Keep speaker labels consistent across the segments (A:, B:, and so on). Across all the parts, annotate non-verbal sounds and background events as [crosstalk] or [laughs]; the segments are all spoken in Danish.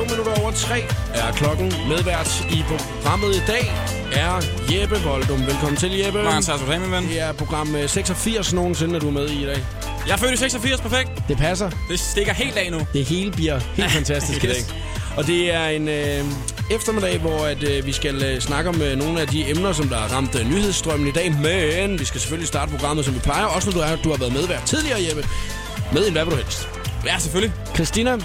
A: 3 er klokken. Medvært i programmet i dag er Jeppe Voldum. Velkommen til, Jeppe.
B: Mange tak skal du have, min ven.
A: Det er program øh, 86 nogensinde, at du er med i i dag.
B: Jeg er født i 86, perfekt.
A: Det passer.
B: Det stikker helt af nu.
A: Det hele bliver helt fantastisk [laughs] i dag.
B: Yes.
A: Og det er en øh, eftermiddag, hvor at, øh, vi skal øh, snakke om øh, nogle af de emner, som der har ramt øh, nyhedsstrømmen i dag. Men vi skal selvfølgelig starte programmet, som vi plejer. Også når du, er, du har været medvært tidligere, Jeppe. Med en hvad vil du helst.
B: Ja, selvfølgelig.
A: Christina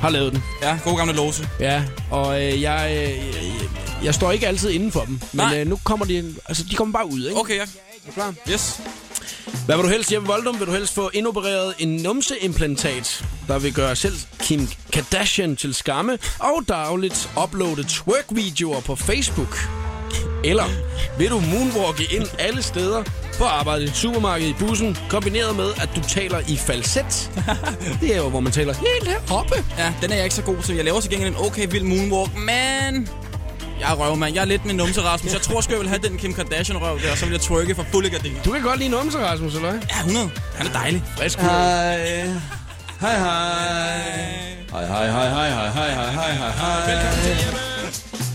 A: har lavet den.
B: Ja, god gamle lose.
A: Ja, og øh, jeg, øh, jeg, jeg står ikke altid inden for dem. Men
B: Nej.
A: Øh, nu kommer de, altså de kommer bare ud, ikke?
B: Okay, ja.
A: Er du klar?
B: Yes.
A: Hvad vil du helst, Jeppe Voldum? Vil du helst få indopereret en numseimplantat, der vil gøre selv Kim Kardashian til skamme, og dagligt uploade twerk-videoer på Facebook? Eller vil du moonwalke ind alle steder på arbejde i supermarkedet i bussen, kombineret med, at du taler i
B: [laughs]
A: falset? Det er jo, hvor man taler helt heroppe.
B: Ja, den er jeg ikke så god til. Jeg laver til gengæld en okay vild moonwalk, men... Jeg er røvmand. Jeg er lidt med numse Rasmus. Jeg tror sgu, jeg vil have den Kim Kardashian-røv der, og så vil jeg trykke for fulde gardiner.
A: Du kan godt lide numse, Rasmus, eller hvad?
B: Ja, 100. Han er dejlig.
A: Frisk
C: Hej. Hej, hej. Hej, hej, hej, hej, hej, hej, hej, hej, hej, hej.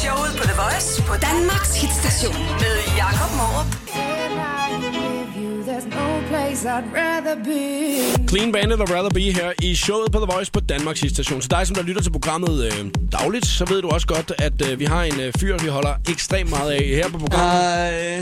D: Showet på The Voice på Danmarks hitstation med Jakob Morup.
E: There's no place I'd rather be.
A: Clean Bandit og Rather Be her i showet på The Voice på Danmarks station. Til dig, som der lytter til programmet øh, dagligt, så ved du også godt, at øh, vi har en øh, fyr, vi holder ekstremt meget af her på programmet.
C: Hej.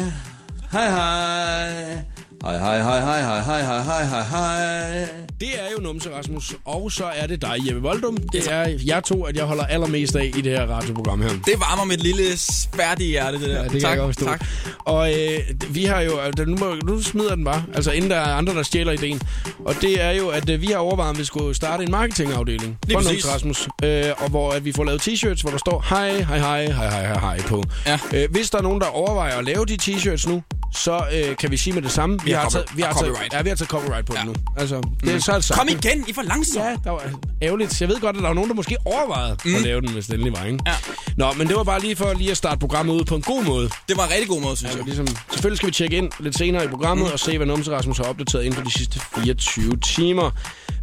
C: Hej, hej. Hej, hej, hej, hej, hej, hej, hej, hej, hej, hej.
A: Det er jo Numse Rasmus, og så er det dig, Jeppe Voldum. Det er jeg to, at jeg holder allermest af i det her radioprogram her.
B: Det varmer mit lille spærdige hjerte, det der.
A: Ja, det kan
B: tak,
A: jeg godt forstå.
B: Tak.
A: Og øh, d- vi har jo... altså, Nu, må, nu smider jeg den bare. Altså, inden der er andre, der stjæler ideen. Og det er jo, at øh, vi har overvejet, om vi skulle starte en marketingafdeling.
B: Lige
A: for
B: præcis.
A: Nums Rasmus. Øh, og hvor at vi får lavet t-shirts, hvor der står hej, hej, hej, hej, hej, hej, hej på.
B: Ja.
A: Øh, hvis der er nogen, der overvejer at lave de t-shirts nu, så øh, kan vi sige med det samme. Vi,
B: har
A: har,
B: copy-
A: taget, vi, har
B: har
A: taget,
B: copyright.
A: ja, vi har taget copyright på ja.
B: Ja. Mm.
A: det nu. Altså, det er så altså.
B: Kom igen, I er for langsomt.
A: Ja, der var ærgerligt. Jeg ved godt, at der var nogen, der måske overvejede mm. at lave den, hvis det endelig var, ikke?
B: Ja.
A: Nå, men det var bare lige for lige at starte programmet ud på en god måde.
B: Det var en rigtig god måde, synes
A: Altså,
B: jeg.
A: ligesom, selvfølgelig skal vi tjekke ind lidt senere i programmet mm. og se, hvad Numse Rasmus har opdateret inden for de sidste 24 timer.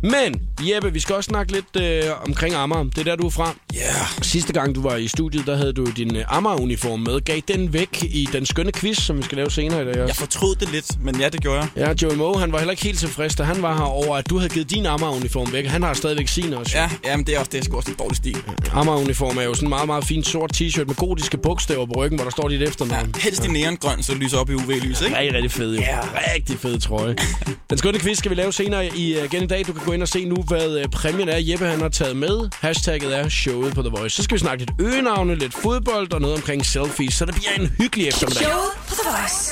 A: Men, Jeppe, vi skal også snakke lidt øh, omkring Amager. Det er der, du er fra.
B: Yeah.
A: Sidste gang, du var i studiet, der havde du din øh, Amager-uniform med. Gav den væk i den skønne quiz, som vi skal lave senere i dag
B: Jeg
A: også.
B: fortrød det lidt, men ja, det gjorde jeg.
A: Ja, Joey Moe, han var heller ikke helt tilfreds, da han var her over, at du havde givet din Amager-uniform væk. Han har stadigvæk sin også.
B: Ja, ja men det er også det, er sgu også en dårlig stil.
A: Amager-uniform er jo sådan en meget, meget fin sort t-shirt med gotiske bogstaver på ryggen, hvor der står dit
B: Ja,
A: efternavn.
B: helst i neongrøn, så det lyser op i UV-lys, ikke?
A: Rigtig, rigtig fed, jo.
B: Ja.
A: Rigtig fed trøje. Den skønne quiz skal vi lave senere i, øh, igen i dag. Du kan gå ind og se nu, hvad øh, præmien er, Jeppe han har taget med. Hashtagget er showet på The Voice. Så skal vi snakke lidt øgenavne, lidt fodbold og noget omkring selfies. Så det bliver en hyggelig eftermiddag.
D: Showet på The Voice.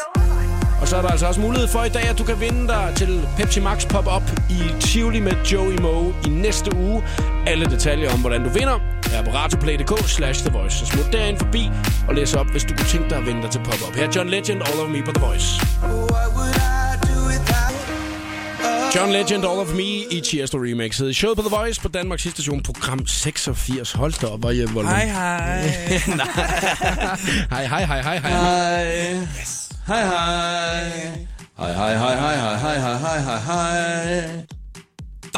A: Og så er der altså også mulighed for i dag, at du kan vinde dig til Pepsi Max Pop-Up i Tivoli med Joey Moe i næste uge. Alle detaljer om, hvordan du vinder, er på radioplay.dk slash The Voice. Så smut derind forbi og læs op, hvis du kunne tænke dig at vinde dig til Pop-Up. Her er John Legend, All of Me på The Voice. John Legend, All of Me i Tiesto Remixet. Showet på The Voice på Danmarks sidste station, program 86. Hold da op, hvor jeg
B: Hej,
A: [laughs]
B: hej.
A: Hej, hej, hej, hej, hej.
C: Hej. Hej, hej. Hej, hej, hej, hej, hej, hej, hej, hej, hej, hej.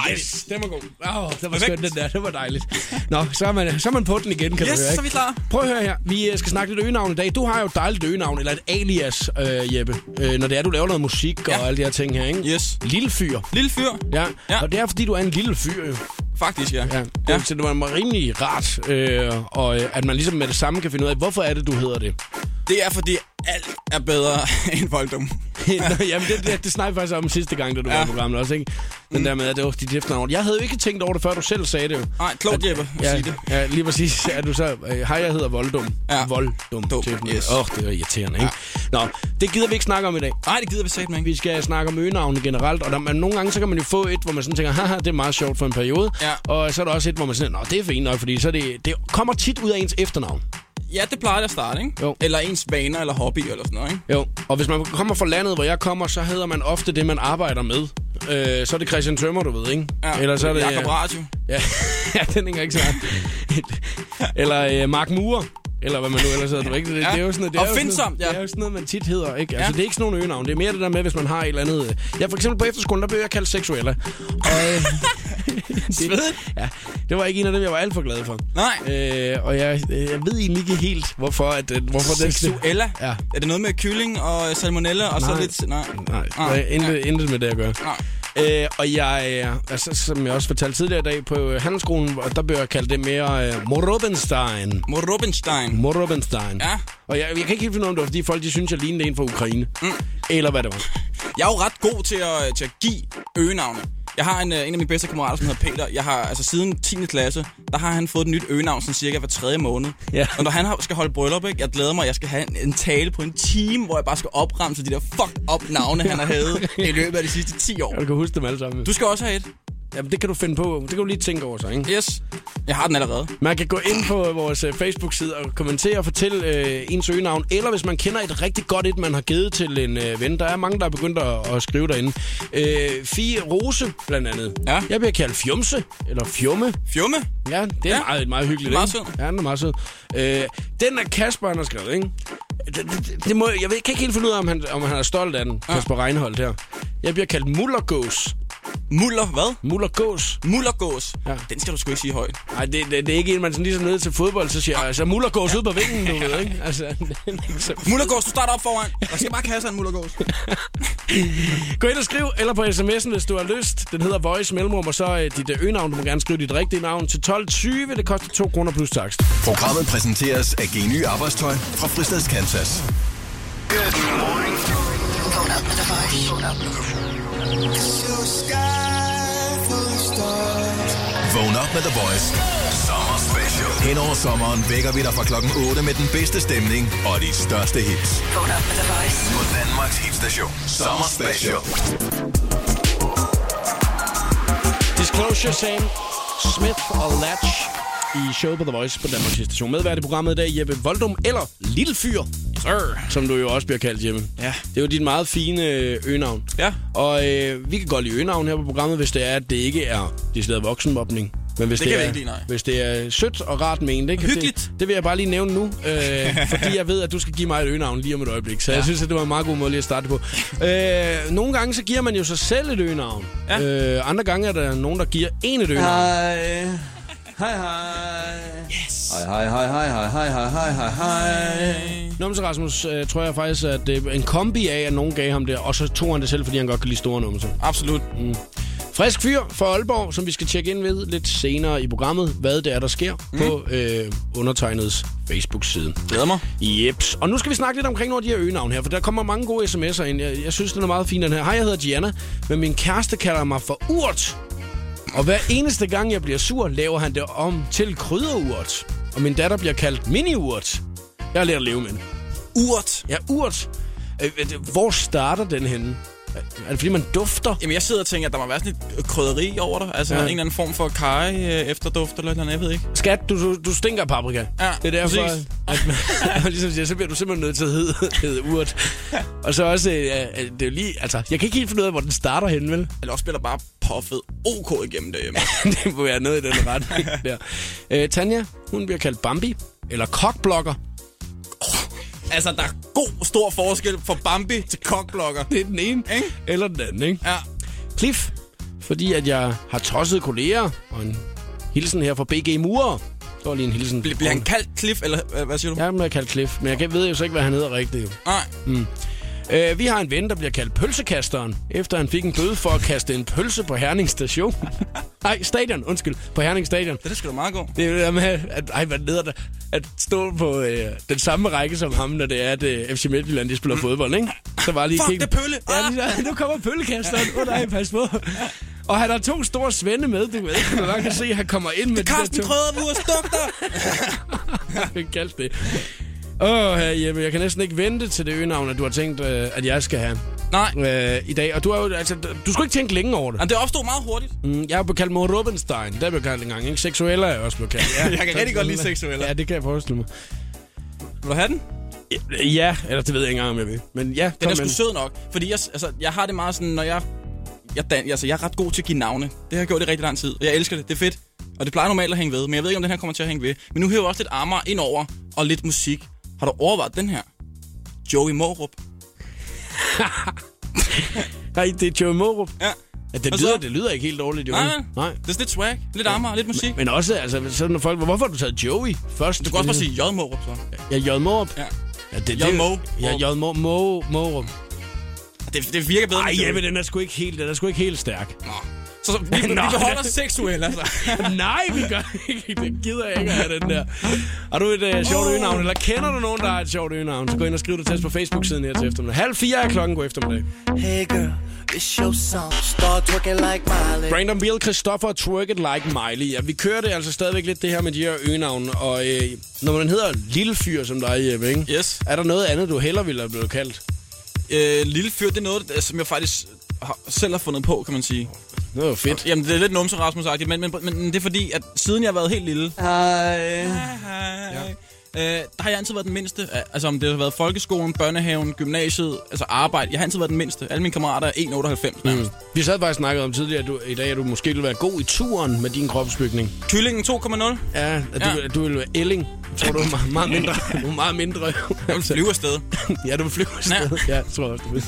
A: Dejligt. Den var god. Åh, det var
B: Perfekt.
A: skønt, den der. Det var dejligt. Nå, så er man, så er man på den igen, kan
B: Yes,
A: du høre,
B: så er
A: ikke?
B: vi klar.
A: Prøv at høre her. Vi øh, skal snakke lidt øgenavn i dag. Du har jo et dejligt øgenavn, eller et alias, øh, Jeppe. Øh, når det er, du laver noget musik og
B: Ja.
A: alle de her ting her, ikke?
B: Yes.
A: Lille fyr.
B: Lille fyr.
A: Ja.
B: Ja.
A: ja, og det er, fordi du er en lille fyr, jo.
B: Faktisk, ja.
A: Ja.
B: ja.
A: ja. Så det var rimelig rart, øh, og øh, at man ligesom med det samme kan finde ud af, hvorfor er det, du hedder det?
B: Det er, fordi alt er bedre [laughs] end
A: [laughs]
B: volddom.
A: Nå, jamen, det, det, det snakkede vi faktisk om sidste gang, da du ja. var
B: Ja.
A: i programmet også, ikke? Den mm. der med, at det var dit efternavn. Jeg havde jo ikke tænkt over det, før du selv sagde det. jo.
B: Nej, klogt, Jeppe, at
A: ja,
B: sige det.
A: Ja, lige præcis. Er du så, øh, hej, jeg hedder Voldum.
B: Ja.
A: Voldum.
B: Dum,
A: Åh,
B: yes.
A: oh, det er irriterende, ikke? Ja. Nå, det gider vi ikke snakke om i dag.
B: Nej, det gider vi satme ikke.
A: Vi skal snakke om øgenavne generelt, og der, men nogle gange så kan man jo få et, hvor man sådan tænker, haha, det er meget sjovt for en periode.
B: Ja.
A: Og så er der også et, hvor man sådan, nå, det er fint nok, fordi så er det, det kommer tit ud af ens efternavn.
B: Ja, det plejer det at starte, ikke?
A: Jo.
B: Eller ens vaner eller hobby eller sådan noget, ikke?
A: Jo, og hvis man kommer fra landet, hvor jeg kommer, så hedder man ofte det, man arbejder med. Øh, så er det Christian Tømmer, du ved, ikke? Ellers så er det... [laughs]
B: Jakob Radio.
A: Ja, ja den hænger ikke så meget. Eller øh, Mark Mure. Eller hvad man nu ellers hedder. Det, er ikke? det, det er jo sådan, noget- det er jo sådan noget-
B: Opfindsomt, ja.
A: Det er jo sådan noget, man tit hedder. Ikke? Altså,
B: Ja.
A: det er ikke sådan nogle øgenavn. Det er mere det der med, hvis man har et eller andet... øh, Ja, for eksempel på efterskolen, der blev jeg kaldt seksuella. Og, øh,
B: Svedigt.
A: ja, det var ikke en af dem, jeg var alt for glad for.
B: Nej.
A: Øh, og jeg, øh, jeg ved egentlig ikke helt, hvorfor, at, øh, hvorfor den...
B: Seksuella?
A: Ja.
B: Er det noget med kylling og øh, salmonella og så
A: Nej.
B: lidt... Nej.
A: Nej, nej, intet, intet med det at gøre.
B: Nej.
A: Øh, og jeg, øh, altså, som jeg også fortalte tidligere i dag på øh, handelsskolen, hvor- der blev jeg kaldt det mere øh, Morobenstein.
B: Mor Rubenstein.
A: Morobenstein.
B: Ja.
A: Og jeg, jeg kan ikke helt finde ud af, om det var, fordi folk de synes, jeg lignede en fra Ukraine. Mm. Eller hvad det var.
B: Jeg er jo ret god til at, øh, til at give øgenavne. Jeg har en, øh, en af mine bedste kammerater, som hedder Peter. Jeg har, altså siden 10. klasse, der har han fået et nyt øgenavn sådan cirka hver tredje måned.
A: Ja.
B: Og når han har, skal holde bryllup, ikke, jeg glæder mig, jeg skal have en, en tale på en time, hvor jeg bare skal opramse de der fuck op navne, han har
A: [laughs]
B: havde i løbet af de sidste 10 år.
A: Jeg kan huske dem alle sammen.
B: Du skal også have et.
A: Jamen, det kan du finde på. Det kan du lige tænke over så, ikke?
B: Yes. Jeg har den allerede.
A: Man kan gå ind på vores øh, Facebook-side og kommentere og fortælle øh, ens øgenavn, eller hvis man kender et rigtig godt et, man har givet til en øh, ven. Der er mange, der er begyndt at, at skrive derinde. Øh, Fie Rose, blandt andet.
B: Ja.
A: Jeg bliver kaldt Fjumse, eller Fjumme.
B: Fjumme.
A: Ja, det er ja.
B: Ja.
A: meget, meget hyggeligt,
B: Meget
A: ikke?
B: sød.
A: Ja, den er meget sød. Øh, den er Kasper, han har skrevet, ikke? Det, det, det må, jeg ved, kan ikke helt finde ud af, om han, om han er stolt af den, ja. Kasper Reinholdt her. Jeg bliver kaldt Mullergås.
B: Muller hvad?
A: Mullergås?
B: Mullergås.
A: Ja.
B: Ja. Den skal du sgu ikke sige højt.
A: Nej, det, det, det, er ikke en, man sådan ligesom nede til fodbold, så siger jeg, altså Mullergås ud på vingen, du ved,
B: [laughs]
A: ikke? Altså, [laughs]
B: Mullergås, du starter op foran. Der skal bare kasse en mullergås.
A: Gå ind og skriv, eller på sms'en, hvis du har lyst. Den hedder Voice Mellemrum, og så øh, dit øh, øgenavn. Du må gerne skrive dit rigtige navn til 12.20. Det koster 2 kroner plus takst.
F: Programmet præsenteres af Geny Arbejdstøj fra Fristads Kansas. Vågn op med The Voice. Sommer Special. Hen over sommeren vækker vi dig fra klokken 8 med den bedste stemning og de største hits.
D: Vågn op med The Voice.
F: På Danmarks hitstation. Sommer Special.
A: Disclosure Sam, Smith og Latch i showet på The Voice på Danmarks Station. Medvært i programmet i dag, Jeppe Voldum, eller Lille Fyr,
B: Sir.
A: som du jo også bliver kaldt, Jeppe.
B: Ja.
A: Det er jo dit meget fine øh, øgenavn.
B: Ja.
A: Og øh, vi kan godt lide øgenavn her på programmet, hvis det er, at det ikke er decideret voksenmobning. Men hvis
B: Det
A: det,
B: kan vi
A: er,
B: ikke lide, nej.
A: Hvis det er sødt og rart ment, ikke?
B: Hyggeligt.
A: Det, det vil jeg bare lige nævne nu,
B: [laughs]
A: øh, fordi jeg ved, at du skal give mig et øgenavn lige om et øjeblik. Så ja. jeg synes, at det var en meget god måde lige at starte på. Øh, nogle gange så giver man jo sig selv et øgenavn.
B: Ja.
A: Øh, andre gange er der nogen, der giver en et øgenavn.
C: Hej. Hej, hej. Yes. Hej, hej, hej, hej, hej, hej, hej, hej, hej, hej.
A: Numse Rasmus øh, tror jeg faktisk, at det er en kombi af, at nogen gav ham det, og så tog han det selv, fordi han godt kan lide store numse.
B: Absolut.
A: Frisk fyr fra Aalborg, som vi skal tjekke ind ved lidt senere i programmet, hvad det er, der sker mm. på øh, undertegnets Facebook-side.
B: Glæder mig.
A: Jeps. Og nu skal vi snakke lidt omkring nogle af de her øgenavn her, for der kommer mange gode sms'er ind. Jeg, jeg synes, den er meget fin, den her. Hej, jeg hedder Diana, men min kæreste kalder mig for Urt. Og hver eneste gang, jeg bliver sur, laver han det om til krydderurt. Og min datter bliver kaldt mini-urt. Jeg har lært at leve med det.
B: Urt.
A: Ja, urt. Øh, øh, det- Hvor starter den henne? Er er det, fordi man dufter?
B: Jamen, jeg sidder og tænker, at der må være sådan et øh, krydderi over dig. Altså,
A: Ja.
B: ja. en eller anden form for kaj øh, efterduft eller et eller andet, jeg ved ikke.
A: Skat, du, du, du stinker af paprika.
B: Ja,
A: det er derfor,
B: præcis.
A: at man, [laughs] ligesom siger, så bliver du simpelthen nødt til at hedde, hedde
B: [laughs]
A: urt. Og så også, øh, øh, det er jo lige, altså, jeg kan ikke helt finde ud af, hvor den starter henne, vel? [laughs]
B: Eller også bliver der bare puffet OK igennem derhjemme.
A: det må være noget i den retning der. Øh, Tanja, hun bliver kaldt Bambi, eller kokblokker.
B: [laughs] altså, der er god stor forskel fra Bambi til kokblokker.
A: Det er den ene,
B: Ikke?
A: eller den anden, ikke?
B: Ja.
A: Cliff, fordi at jeg har tosset kolleger, og en hilsen her fra BG Murer. Der var lige en hilsen.
B: Bl- bliver han kaldt Cliff, eller øh, hvad siger du?
A: Jeg er kaldt Cliff, men jeg kan- ved jo så ikke, hvad han hedder rigtigt. jo.
B: Nej.
A: Øh, vi har en ven, der bliver kaldt pølsekasteren, efter han fik en bøde for at kaste en pølse på Herning
B: [laughs]
A: Station. Nej, stadion, undskyld, på Herning Stadion.
B: Det er da sgu da meget godt.
A: Det er jo det der med, at, ej, hvad leder der, at stå på øh, den samme række som ham, når det er, at øh, FC Midtjylland, de spiller fodbold, ikke? Så var lige
B: Fuck,
A: kigge-
B: det er pølle! Ah.
A: Ja, lige, så- nu kommer pøllekasteren. Åh oh, nej, pas på. Og han har to store svende med, du ved. Du kan godt se, at han kommer ind med de der
B: Karsten
A: to-
B: Krødervurs dufter!
A: [laughs] Hvem kaldte det? Åh, oh, Jeppe, jeg kan næsten ikke vente til det øgenavn, at du har tænkt, øh, at jeg skal have
B: Nej.
A: øh, i dag. Og du, er jo, altså, du skulle ikke tænke længe over det.
B: Jamen, det opstod meget hurtigt.
A: Mm, Jeg er blevet kaldt mor Rubenstein. Der blev jeg kaldt engang, ikke? Seksuelle er jeg også blevet [laughs] kaldt.
B: Jeg kan rigtig godt lide seksuelle.
A: Ja, det kan jeg forestille mig.
B: Vil du have den?
A: Ja, eller det ved jeg ikke engang, om jeg vil. Men ja,
B: Den
A: kom
B: er sgu
A: med.
B: sød nok. Fordi jeg, altså, jeg har det meget sådan, når jeg... Jeg, dan, altså, jeg er ret god til at give navne. Det har jeg gjort i rigtig lang tid, og jeg elsker det. Det er fedt. Og det plejer normalt at hænge ved, men jeg ved ikke, om den her kommer til at hænge ved. Men nu hører vi også lidt Amager ind over, og lidt musik. Har du overvejet den her? Joey Morup.
A: Nej, det er Joey Morup.
B: Ja.
A: Ja, det,
B: Og så-
A: lyder, det lyder ikke helt dårligt, Joey.
B: Nej, nej. nej. Det er sådan lidt swag. Lidt Amager, lidt musik.
A: Men også, altså, sådan når folk... Hvorfor har du taget Joey først?
B: Du kan også bare sige J. Morup, så.
A: Ja, Joey Morup.
B: Ja.
A: Ja, det,
B: Joey Mo.
A: Ja, Joey Mo, Mo, Morup.
B: Det, det virker bedre
A: Ej,
B: end Joey.
A: Jeppe, den er sgu ikke helt, den er sgu ikke helt stærk.
B: Nå. Så, så vi, vi
A: Nå.
B: beholder seksuel, altså.
A: [laughs] Nej, vi gør ikke. Det gider jeg ikke at have den der. Har du et øh, sjovt øgenavn, eller kender du nogen, der har et sjovt øgenavn, så gå ind og skriv det til os på Facebook-siden her til eftermiddag. Halv fire er klokken. God eftermiddag.
G: Hey girl, it's your song. Start twerking like Miley.
A: Brandon Beal, Christopher, Twerk It Like Miley. Ja, vi kører det altså stadigvæk lidt det her med de her øgenavne. Og øh, når man hedder Lille Fyr som dig, Jeppe, ikke?
B: Yes.
A: er der noget andet, du heller ville have blevet kaldt?
B: Øh, lille fyr, det er noget, der- som jeg faktisk har, selv har fundet på, kan man sige.
A: Det var jo fedt.
B: Jamen, det er lidt numse rasmus men, men, men det er fordi, at siden jeg har været helt lille... Hej. Hej. Ja. Øh, der har jeg altid været den mindste. Altså, om det har været folkeskolen, børnehaven, gymnasiet, altså arbejde. Jeg har altid været den mindste. Alle mine kammerater er 1,98 nærmest. Mm.
A: Vi sad faktisk snakket om tidligere at du, i dag, at du måske ville være god i turen med din kropsbygning.
B: Mm. Kyllingen 2,0.
A: Ja, at du,
B: Ja.
A: ja. du ville være Elling. Jeg tror, du er meget, meget mindre. Du er meget mindre.
B: Jeg vil flyve afsted.
A: [laughs] ja, du vil flyve afsted. Ja, jeg tror jeg også, du vil.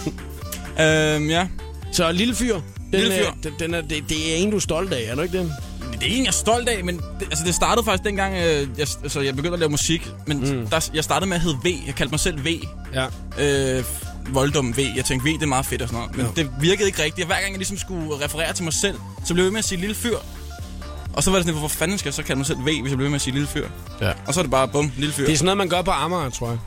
B: øhm, ja.
A: Så Lille Fyr. Den,
B: Lille Fyr.
A: Er, den, den er, det, det er en, du er stolt af, er du ikke det?
B: Det er en, jeg er stolt af, men det, altså, det startede faktisk dengang, øh, jeg, altså, jeg begyndte at lave musik. Men mm. der, jeg startede med at hedde V. Jeg kaldte mig selv V.
A: Ja.
B: øh, Voldum V. Jeg tænkte, V, det er meget fedt og sådan noget. Men ja. det virkede ikke rigtigt. Og hver gang jeg ligesom skulle referere til mig selv, så blev jeg ved med at sige lille fyr. Og så var det sådan, hvorfor fanden skal jeg så kalde mig selv V, hvis jeg blev ved med at sige lille fyr?
A: ja.
B: Og så er det bare, bum, lille fyr.
A: Det er sådan noget, man gør på Amager, tror jeg.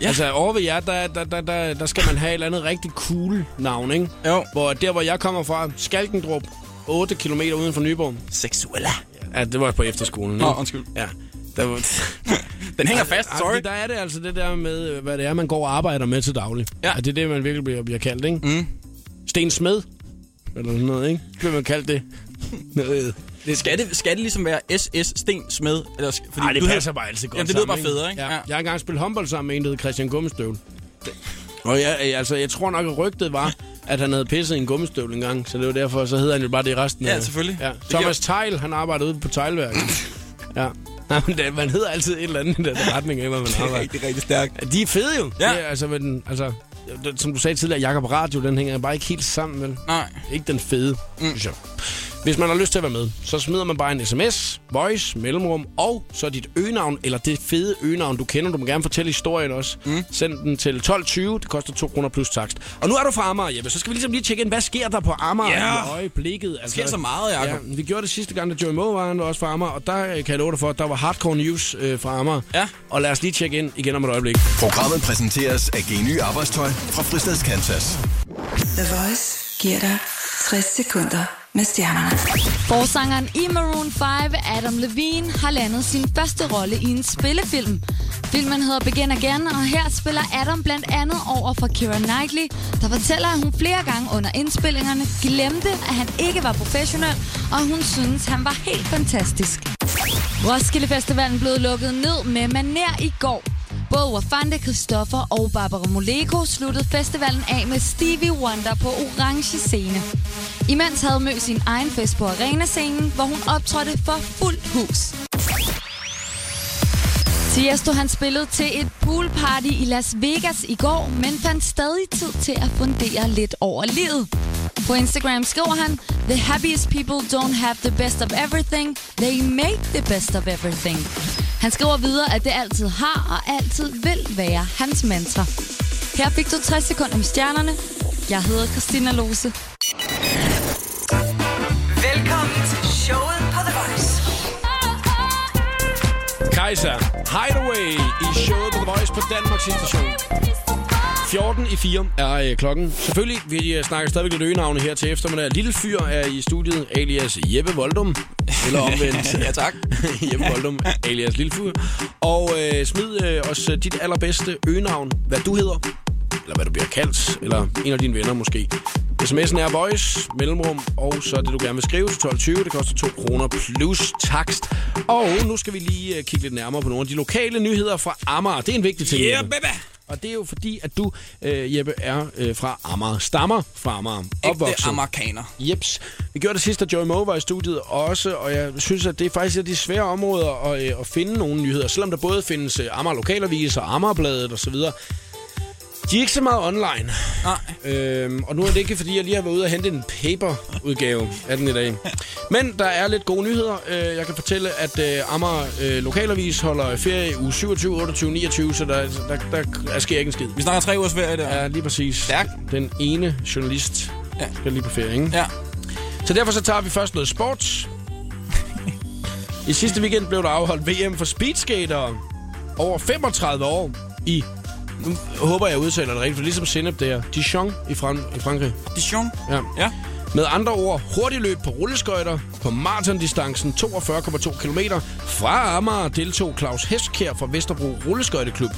A: Ja.
B: Ja.
A: Altså over ved jer, der, der, der, der, der skal man have et eller andet rigtig cool navn, ikke?
B: Jo.
A: Hvor der, hvor jeg kommer fra, Skalkendrup, 8 km uden for Nyborg.
B: Seksuella.
A: Ja, det var på efterskolen.
B: Nå,
A: ikke?
B: undskyld.
A: Ja. Der var...
B: [laughs] Den hænger fast, sorry.
A: Ej, Der er det altså det der med, øh, hvad det er, man går og arbejder med til daglig.
B: Ja.
A: Og det er det, man virkelig bliver, bliver kaldt, ikke? Mm. Sten Smed, eller sådan noget, ikke? Bliver man kaldt det? Noget.
B: Det skal, det, skal det ligesom være SS Sten Smed? Eller, sk- fordi
A: Ej, det
B: du
A: passer
B: hedder-
A: bare altid godt
B: Jamen, det lyder
A: sammen,
B: bare federe, ikke?
A: Ja.
B: Ja.
A: Jeg har engang spillet håndbold sammen med en, der hed Christian Gummistøvl. Og jeg, altså, jeg tror nok, at rygtet var, [laughs] at han havde pisset i en gummistøvl engang, så det var derfor, så hedder han jo bare det i resten
B: Ja,
A: af...
B: selvfølgelig.
A: Ja.
B: Det giver-
A: Thomas Tejl, han arbejdede ude på
B: [laughs]
A: teglværket. ja. Nej, men det, man hedder altid et eller andet i den retning af, hvad man
B: Det er
A: arbejder.
B: rigtig, rigtig stærkt.
A: De er fede jo.
B: [laughs] Ja.
A: Det er, altså, men, altså, det- som du sagde tidligere, Jakob Radio, den hænger bare ikke helt sammen, vel?
B: Nej.
A: Ikke den fede, mm. synes jeg. Hvis man har lyst til at være med, så smider man bare en sms, voice, mellemrum, og så dit øgenavn, eller det fede øgenavn, du kender. Du må gerne fortælle historien også. Mm. Send den til 12.20. Det koster 2 kroner plus takst. Og nu er du fra Amager, Jeppe. Så skal vi ligesom lige tjekke ind, hvad sker der på Amager
B: Ja.
A: i øjeblikket? Altså,
B: sker så meget, Jacob.
A: Ja, vi gjorde det sidste gang, da Joey Moe var, han var også fra Amager, og der øh, kan jeg love dig for, at der var hardcore news øh, fra Amager.
B: Ja.
A: Og lad os lige tjekke ind igen om et øjeblik.
F: Programmet præsenteres af Geny Arbejdstøj fra Fristads Kansas.
D: The Voice giver dig 60 sekunder med stjernerne.
H: Forsangeren i Maroon 5, Adam Levine, har landet sin første rolle i en spillefilm. Filmen hedder Begin Again, og her spiller Adam blandt andet over for Keira Knightley, der fortæller, at hun flere gange under indspillingerne glemte, at han ikke var professionel, og hun synes, han var helt fantastisk. Roskilde Festivalen blev lukket ned med maner i går. Både Wafanda, Christoffer og Barbara Moleko sluttede festivalen af med Stevie Wonder på orange scene. Imens havde Mø sin egen fest på arenascenen, hvor hun optrådte for fuldt hus. Tiesto han spillede til et poolparty i Las Vegas i går, men fandt stadig tid til at fundere lidt over livet. På Instagram skriver han, The happiest people don't have the best of everything, they make the best of everything. Han skriver videre, at det altid har og altid vil være hans mantra. Her fik du 60 sekunder med stjernerne. Jeg hedder Christina Lose.
D: Velkommen til showet på The Voice.
A: Kaiser Hideaway i showet på The Voice på Danmarks Station. 14 i 4 er øh, klokken. Selvfølgelig, vi øh, snakker stadigvæk lidt øgenavne her til eftermiddag. Lille Fyr er i studiet, alias Jeppe Voldum. Eller omvendt.
B: [laughs] Ja, tak.
A: [laughs] Jeppe Voldum, alias Lille Fyr. Og øh, smid øh, os øh, dit allerbedste øgenavn, hvad du hedder, eller hvad du bliver kaldt, eller en af dine venner måske. SMS'en er voice, mellemrum, og så det, du gerne vil skrive til 12.20. Det koster 2 kroner plus takst. Og nu skal vi lige øh, kigge lidt nærmere på nogle af de lokale nyheder fra Amager. Det er en vigtig ting.
B: Yeah,
A: Jeppe.
B: baby.
A: Og det er jo fordi, at du, øh, Jeppe, er øh, fra Amager. Stammer fra Amager.
B: Ægte amerikaner.
A: Jeps. Vi gjorde det sidste, da Joey Moe var i studiet også, og jeg synes, at det er faktisk et af de svære områder at, øh, at finde nogle nyheder. Selvom der både findes øh, Amager Lokalavis og Amagerbladet osv., de er ikke så meget online.
B: Nej.
A: Øhm, og nu er det ikke, fordi jeg lige har været ude og hente en paperudgave af den i dag. Men der er lidt gode nyheder. Øh, jeg kan fortælle, at øh, Amager øh, Lokalavis holder ferie i uge 27, 28, 29, så der, der, der, der sker ikke en skid.
B: Vi snakker tre ugers ferie der.
A: Ja, lige præcis.
B: Stærkt.
A: Den ene journalist
B: Ja.
A: skal lige på ferie, ikke?
B: ja.
A: Så derfor så tager vi først noget sport. I sidste weekend blev der afholdt VM for speedskater over 35 år i... Nu håber jeg, jeg udtaler det rigtigt, for ligesom Sinep der. Dijon i, Fran- i Frankrig.
B: Dijon.
A: Ja.
B: Ja.
A: Med andre ord, hurtig løb på rulleskøjter på maratondistancen 42,2 km. Fra Amager deltog Claus Heskær fra Vesterbro Rulleskøjteklub.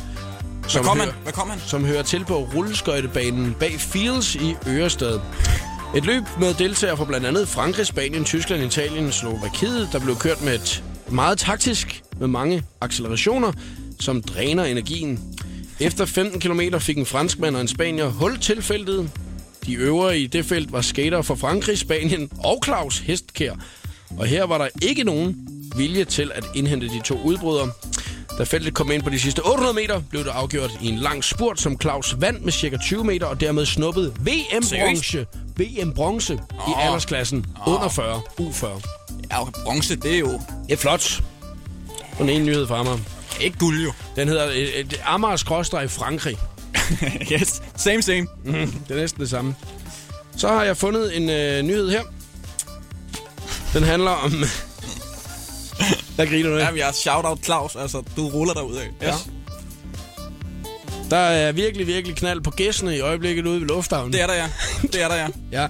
B: Hvad
A: Som
B: kom han?
A: hører-
B: Hvad kom han?
A: som hører til på rulleskøjtebanen bag Fields i Ørestad. Et løb med deltagere fra blandt andet Frankrig, Spanien, Tyskland, Italien, Slovakiet, der blev kørt med et meget taktisk med mange accelerationer, som dræner energien. Efter 15 km fik en franskmand og en spanier hul til feltet. De øvrige i det felt var skater fra Frankrig, Spanien og Claus Hestkær. Og her var der ikke nogen vilje til at indhente de to udbrydere. Da feltet kom ind på de sidste 800 meter, blev det afgjort i en lang spurt, som Claus vandt med cirka 20 meter, og dermed snuppede VM-bronze VM bronze i
B: Åh.
A: aldersklassen under 40, U40.
B: Ja, okay, bronze, det er jo
A: Det er flot. Den ene nyhed fra Amager.
B: ikke guld, jo.
A: Den hedder øh, øh, Amager Skråstrej i Frankrig.
B: [laughs] yes, same, same.
A: Det er næsten det samme. Så har jeg fundet en øh, nyhed her. Den handler om... [laughs] Der griner du ikke.
B: Jamen, jeg shout-out Claus, altså, du ruller dig ud af. Yes.
A: Ja. Der er virkelig, virkelig knald på gæstene i øjeblikket ude ved lufthavnen.
B: Det er der, ja. Det er der, ja.
A: Ja.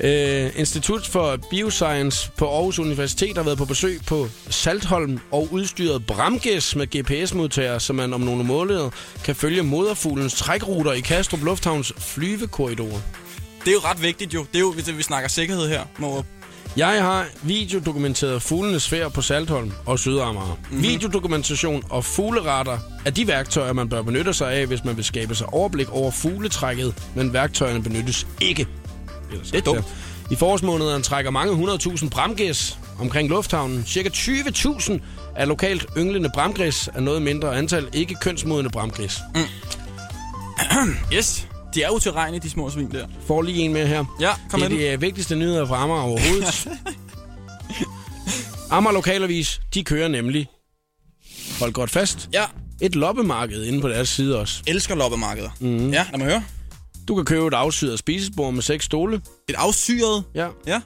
A: Øh, Institut for Bioscience på Aarhus Universitet har været på besøg på Saltholm og udstyret Bramges med GPS-modtagere, så man om nogle måneder kan følge moderfuglens trækruter i Kastrup Lufthavns flyvekorridorer.
B: Det er jo ret vigtigt, jo. Det er jo, hvis vi snakker sikkerhed her, Morup.
A: Jeg har videodokumenteret fuglenes færd på Saltholm og Sydamager.
B: Mhm.
A: Mm-hmm. Videodokumentation og fuglerater er de værktøjer, man bør benytte sig af, hvis man vil skabe sig overblik over fugletrækket, men værktøjerne benyttes ikke. Ellers
B: Det er dumt.
A: I forårsmånederne trækker mange 100.000 bramgæs omkring lufthavnen. Cirka 20.000 af lokalt ynglende bramgæs er noget mindre antal ikke kønsmodende bramgæs. Mm.
B: Yes. De er utilregnelige, de små svin der.
A: Får lige en mere her.
B: Ja, kom
A: det er
B: med den.
A: de øh, vigtigste nyheder fra Amager overhovedet.
B: [laughs]
A: Amager Lokalavis, de kører nemlig, hold godt fast,
B: Ja,
A: et loppemarked inde på deres side også.
B: elsker loppemarkeder. Mm. Ja, lad mig høre.
A: Du kan købe et afsyret spisebord med seks stole.
B: Et afsyret.
A: Ja.
B: Ja.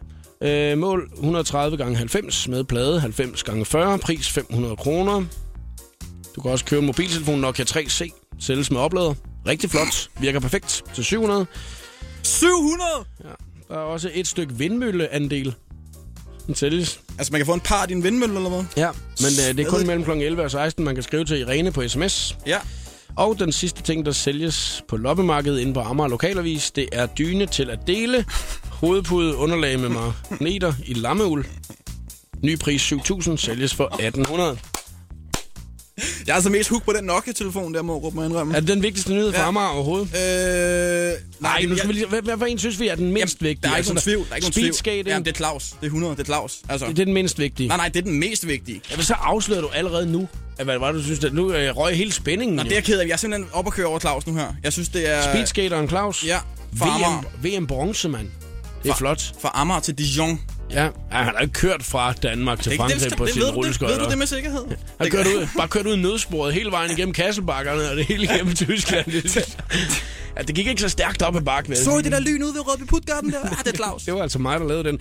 A: Øh, mål 130 gange 90 med plade 90 gange 40, pris 500 kroner. Du kan også købe en mobiltelefon Nokia 3C, sælges med oplader. Rigtig flot, virker perfekt til 700.
B: 700!
A: Der er også et stykke vindmølleandel. Den sælges
B: Altså, man kan få en par af din vindmølle, eller hvad?
A: Ja, men øh, det er
B: Jeg
A: kun
B: ved-
A: mellem kl. 11 og 16, man kan skrive til Irene på sms.
B: Ja.
A: Og den sidste ting, der sælges på loppemarkedet inde på Amager Lokalavis, det er dyne til at dele, hovedpude, underlag med magneter i lammeul. Ny pris 7.000, sælges for 1.800.
B: Jeg er altså mest hooked på den Nokia-telefon der, Morup, må jeg indrømme.
A: Er det den vigtigste nyhed for
B: Ja.
A: Amager overhovedet?
B: Øh,
A: Nej, nu skal
B: jeg-
A: vi lige... Hvad, hvad for en synes vi er den mindst
B: Jamen,
A: vigtige?
B: Der er ikke nogen
A: Altså,
B: tvivl. Der er ikke nogen tvivl.
A: Speedskating,
B: Jamen, det er Claus. Det er 100. Det er Claus. Altså,
A: det er den mindst vigtige.
B: nej, nej, det er den mest vigtige.
A: Jamen, så afslører du allerede nu, at hvad det var, du synes, at nu øh, røg hele spændingen.
B: Nå,
A: jo.
B: det er jeg ked af. Jeg er simpelthen op og køre over Claus nu her. Jeg synes, det er...
A: Øh, Speedskateren Claus.
B: Ja, fra Amager.
A: VM, VM bronze, mand. Det er
B: Fra-
A: flot.
B: Fra Amager til Dijon. Det,
A: Ja, han har ikke kørt fra Danmark til
B: er ikke-
A: Frankrig
B: det,
A: på
B: det,
A: sin
B: ved, du det, ved du
A: rulleskøjter.
B: det med sikkerhed?
A: Han
B: gør
A: kørte ud, bare kørt ud i nødsporet hele vejen igennem Kasselbakkerne og det hele igennem [laughs] Tyskland. Det- ja, det gik ikke så stærkt op ad bakken. vel?
B: Så I det der lyn ude ved Rødby Putgarden der? Ah, det er
A: [laughs]
B: Claus.
A: Det var altså mig, der lavede den.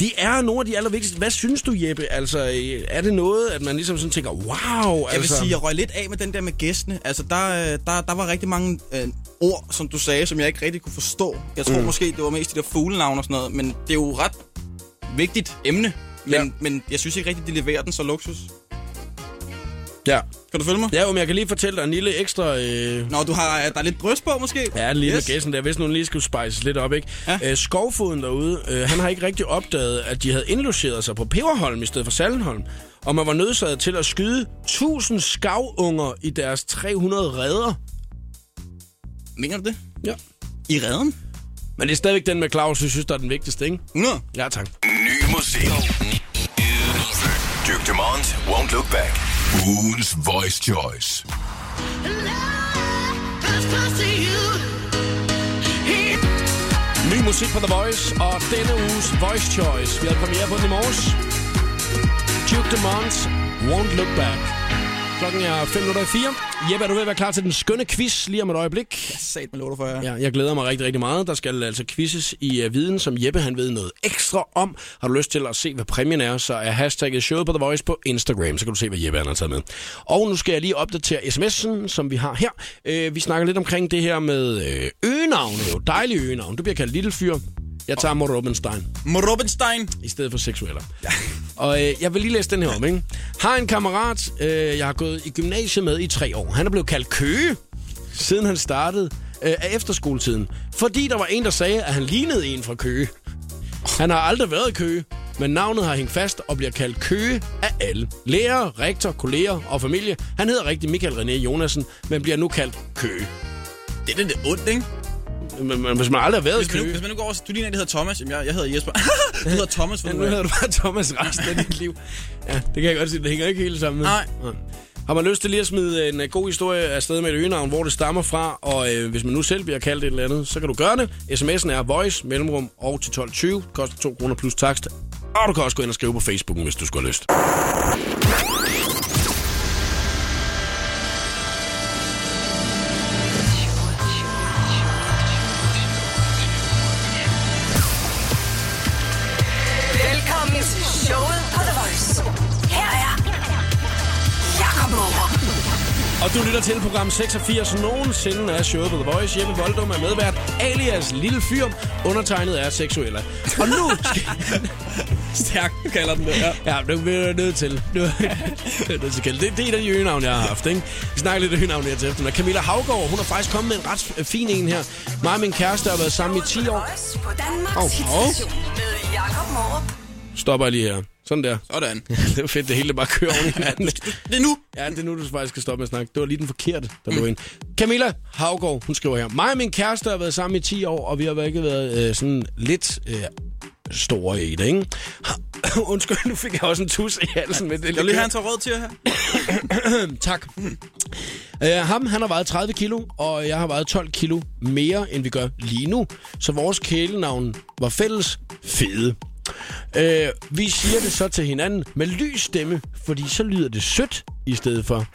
A: De er nogle af de allervigtigste. Hvad synes du, Jeppe? Altså, øh, er det noget, at man ligesom sådan tænker, wow?
B: Jeg vil
A: altså,
B: sige, jeg røg lidt af med den der med gæstene. Altså, der, øh, der, der var rigtig mange øh, ord, som du sagde, som jeg ikke rigtig kunne forstå. Jeg tror mm. måske, det var mest de der fuglenavne og sådan noget, men det er jo ret vigtigt emne. Men,
A: Ja.
B: ja. men jeg synes ikke rigtig, de leverer den så luksus.
A: Ja,
B: Kan du følge mig? Ja.
A: ja jo, men jeg kan lige fortælle dig en lille ekstra... Øh,
B: Nå, du har, øh, der er lidt bryst på, måske?
A: Ja, lige yes. med gæsten der, hvis nu den lige skulle spices lidt op, ikke? Ja.
B: Ja.
A: Øh, skovfoden derude, øh, han har ikke rigtig opdaget, at de havde indlogeret sig på Peberholm i stedet for Sallenholm. Og man var nødsaget til at skyde 1000 skavunger i deres 300 redder.
B: Mener du det?
A: Ja.
B: I redden?
A: Men det er stadigvæk den med Claus, jeg synes, der er den vigtigste, ikke?
B: 100.
A: Ja, tak.
F: Ny musik. Duke Dumont won't look back. Ugens Voice Choice.
A: Ny musik på The Voice, og denne uges Voice Choice. Vi havde premiere på den i morges. Duke Dumont, Won't Look Back. Klokken er 5.04. Jeppe, er du ved at være klar til den skønne quiz lige om et øjeblik?
B: Sat med låter for jer. Ja.
A: Ja, jeg glæder mig rigtig, rigtig meget. Der skal altså quizzes i uh, viden, som Jeppe han ved noget ekstra om. Har du lyst til at se, hvad præmien er, så er hashtagget showet på The Voice på Instagram. Så kan du se, hvad Jeppe han har taget med. Og nu skal jeg lige opdatere sms'en, som vi har her. Øh, vi snakker lidt omkring det her med øh, øgenavne. Jo, dejlige øgenavne. Du bliver kaldt Lille Fyr. Jeg tager Mort Rubenstein
B: Robinstein.
A: i stedet for seksuelle. Ja. Og øh, jeg vil lige læse den her om, ikke? Har en kammerat, øh, jeg har gået i gymnasiet med i tre år. Han er blevet kaldt Køge, siden han startede øh, af efterskoletiden. Fordi der var en, der sagde, at han lignede en fra Køge. Han har aldrig været i Køge, men navnet har hængt fast og bliver kaldt Køge af alle. Lærer, rektor, kolleger og familie. Han hedder rigtig Michael René Jonasen, men bliver nu kaldt Køge.
B: Det er det, det er ondt, ikke?
A: Men, men hvis man aldrig har været i
B: Hvis man, nu,
A: Køge...
B: hvis man nu går over, du ligner en, der hedder Thomas. Jamen, jeg, jeg hedder Jesper. [laughs] du hedder Thomas, for
A: Ja,
B: du
A: nu
B: er.
A: hedder du bare Thomas resten af dit
B: [laughs]
A: liv. Ja, det kan jeg godt sige, det hænger ikke helt sammen. med.
B: Nej.
A: Har man lyst til lige at smide en øh, god historie afsted med et øgenavn, hvor det stammer fra, og øh, hvis man nu selv bliver kaldt et eller andet, så kan du gøre det. SMS'en er voice, mellemrum og til 12.20, koster 2 kroner plus takst. Og du kan også gå ind og skrive på Facebooken, hvis du skulle have lyst.
D: Velkommen til showet på The Voice. Her er Jakob Morup.
A: Og du lytter til program 86 nogensinde af showet på The Voice. Jeppe Voldum er medvært, alias Lille Fyr, undertegnet er seksuelle. Og nu skal...
B: [laughs] Stærk kalder den det. Ja.
A: Ja, det bliver jeg nødt til. Nu- Det er nødt til at kalde. det, det er et af de øgenavn, jeg har haft, ikke? Vi snakker lidt af øgenavn her til efter. Camilla Havgaard, hun har faktisk kommet med en ret f- fin en her. Mig og min kæreste har været sammen i 10 år.
D: Voice på Danmarks
A: Hov,
D: oh,
A: hov.
D: hitstation med Jakob Morup.
A: Stopper jeg lige her. Sådan
B: [laughs]
A: der.
B: Sådan.
A: Det var fedt, det hele bare kører oven i hinanden.
B: Det er nu.
A: Ja, det er nu, du faktisk skal stoppe med at snakke. Det var lige den forkerte, der blev ind. Camilla Havgaard, hun skriver her. Mig og min kæreste har været sammen i 10 år, og vi har ikke været øh, sådan lidt øh, store i det, ikke? [coughs] Undskyld, nu fik jeg også en tus i halsen. Men det er
B: Jeg vil lige
A: kørt.
B: have en tår rød til her.
A: Tak. Uh, ham, han har vejet 30 kilo, og jeg har vejet 12 kilo mere, end vi gør lige nu. Så vores kælenavn var fælles fede. Uh, vi siger det så til hinanden med lys stemme, fordi så lyder det sødt i stedet for.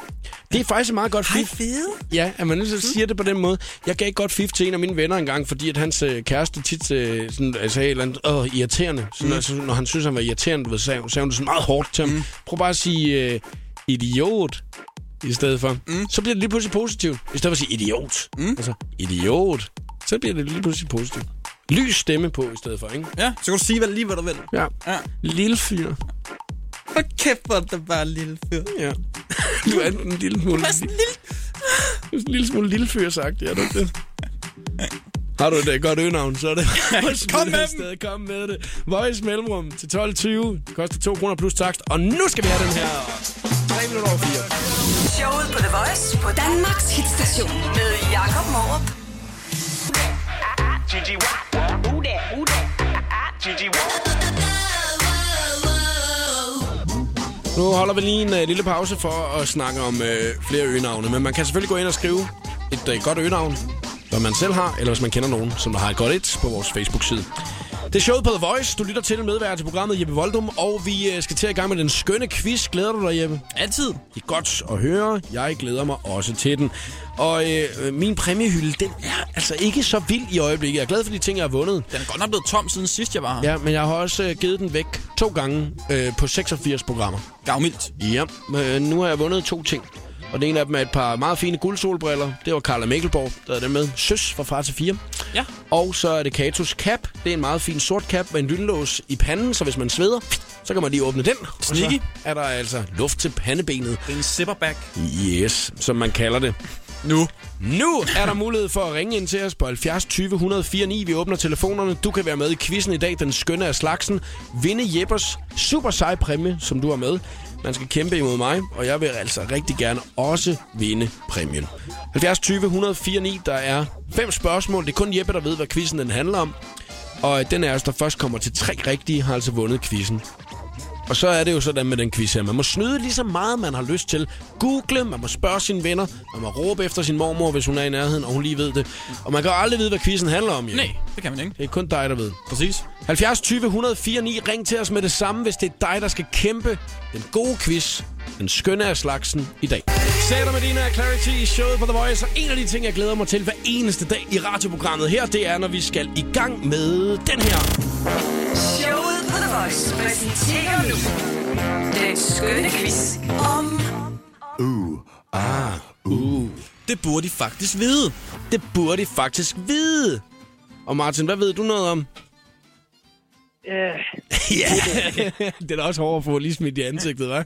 A: Det er faktisk et meget godt fif.
B: fede.
A: Ja, at man ligesom siger det på den måde. Jeg gav et godt fif til en af mine venner engang, fordi at hans øh, kæreste tit øh, sådan, øh, sagde et eller andet, åh, irriterende. Så, mm. altså, når han synes, han var irriterende, du ved, sagde, sagde hun det sådan meget hårdt til ham. Mm. Prøv bare at sige øh, idiot i stedet for. Mm. Så bliver det lige pludselig positivt. I stedet for at sige idiot. Mm. Altså, idiot. Så bliver det lige pludselig positivt. Lys stemme på i stedet for, ikke?
B: Ja, så kan du sige hvad, lige, hvad du vil.
A: Ja.
B: Ja.
A: Lille fyr.
B: Hvor kæft, hvor er det bare lille fyr.
A: Ja. Du er en lille smule,
B: Pas en lille...
A: en lille, smule lille fyr sagt, ja, du ikke det? Har du et øh, godt øgenavn, så er [laughs] det
B: Kom med dem!
A: Sted. Kom med det. Voice Mellemrum til 12.20. Det koster 2 kroner plus takst. Og nu skal vi have den her. 3 minutter over 4.
D: Showet på The Voice på Danmarks hitstation med Jakob Morup.
A: Nu holder vi lige en øh, lille pause for at snakke om øh, flere øgenavne, men man kan selvfølgelig gå ind og skrive et øh, godt øgenavn, som man selv har, eller hvis man kender nogen, som der har et godt et på vores Facebook-side. Det er showet på The Voice. Du lytter til en medvært til programmet Jeppe Voldum, og vi øh, skal til at i gang med den skønne quiz. Glæder du dig, Jeppe?
B: Altid.
A: Det er godt at høre. Jeg glæder mig også til den. Og øh, øh, min præmiehylde, den er altså ikke så vild i øjeblikket. Jeg er glad for de ting, jeg har vundet.
B: Den er godt nok blevet tom siden sidst, jeg var her. Ja.
A: Ja, men jeg har også øh, givet den væk to gange øh, på 86 programmer.
B: Gavmildt.
A: Ja, men Øh, nu har jeg vundet to ting. Og det ene af dem er et par meget fine guldsolbriller. Det var Carla Mikkelborg, der havde dem med. Søs fra far til fire.
B: Ja.
A: Og så er det Katos cap. Det er en meget fin sort cap med en lynlås i panden, så hvis man sveder, så kan man lige åbne den. Og så
B: Sneaky.
A: er der altså luft til pandebenet.
B: Det er en zipperback.
A: Yes, som man kalder det.
B: Nu.
A: Nu er der mulighed for at ringe ind til os på 70 20 104 9. Vi åbner telefonerne. Du kan være med i quizzen i dag, den skønne af slagsen. Vinde Jeppers super sej præmie, som du har med. Man skal kæmpe imod mig, og jeg vil altså rigtig gerne også vinde præmien. 70 20 104 9, der er fem spørgsmål. Det er kun Jeppe, der ved, hvad quizzen den handler om. Og øh, den af os, der først kommer til tre rigtige, har altså vundet quizzen. Og så er det jo sådan med den quiz her. Man må snyde lige så meget, man har lyst til. Google, man må spørge sine venner, man må råbe efter sin mormor, hvis hun er i nærheden, og hun lige ved det. Og man kan jo aldrig vide, hvad quizzen handler om, jo.
B: Nej, det kan man ikke.
A: Det er kun dig, der ved.
B: Præcis.
A: 70 20 104 9. Ring til os med det samme, hvis det er dig, der skal kæmpe den gode quiz. Den skønne af slagsen i dag. Sætter Medina og Clarity i showet på The Voice. Og en af de ting, jeg glæder mig til hver eneste dag i radioprogrammet her, det er, når vi skal i gang med den her.
D: Showet på The Voice præsenterer nu den skønne quiz om
B: Det burde de faktisk vide.
A: Det burde de faktisk vide. Og Martin, hvad ved du noget om?
I: Øh,
A: [laughs] Ja, det er da også hårdt at få lige smidt i ansigtet, hva'?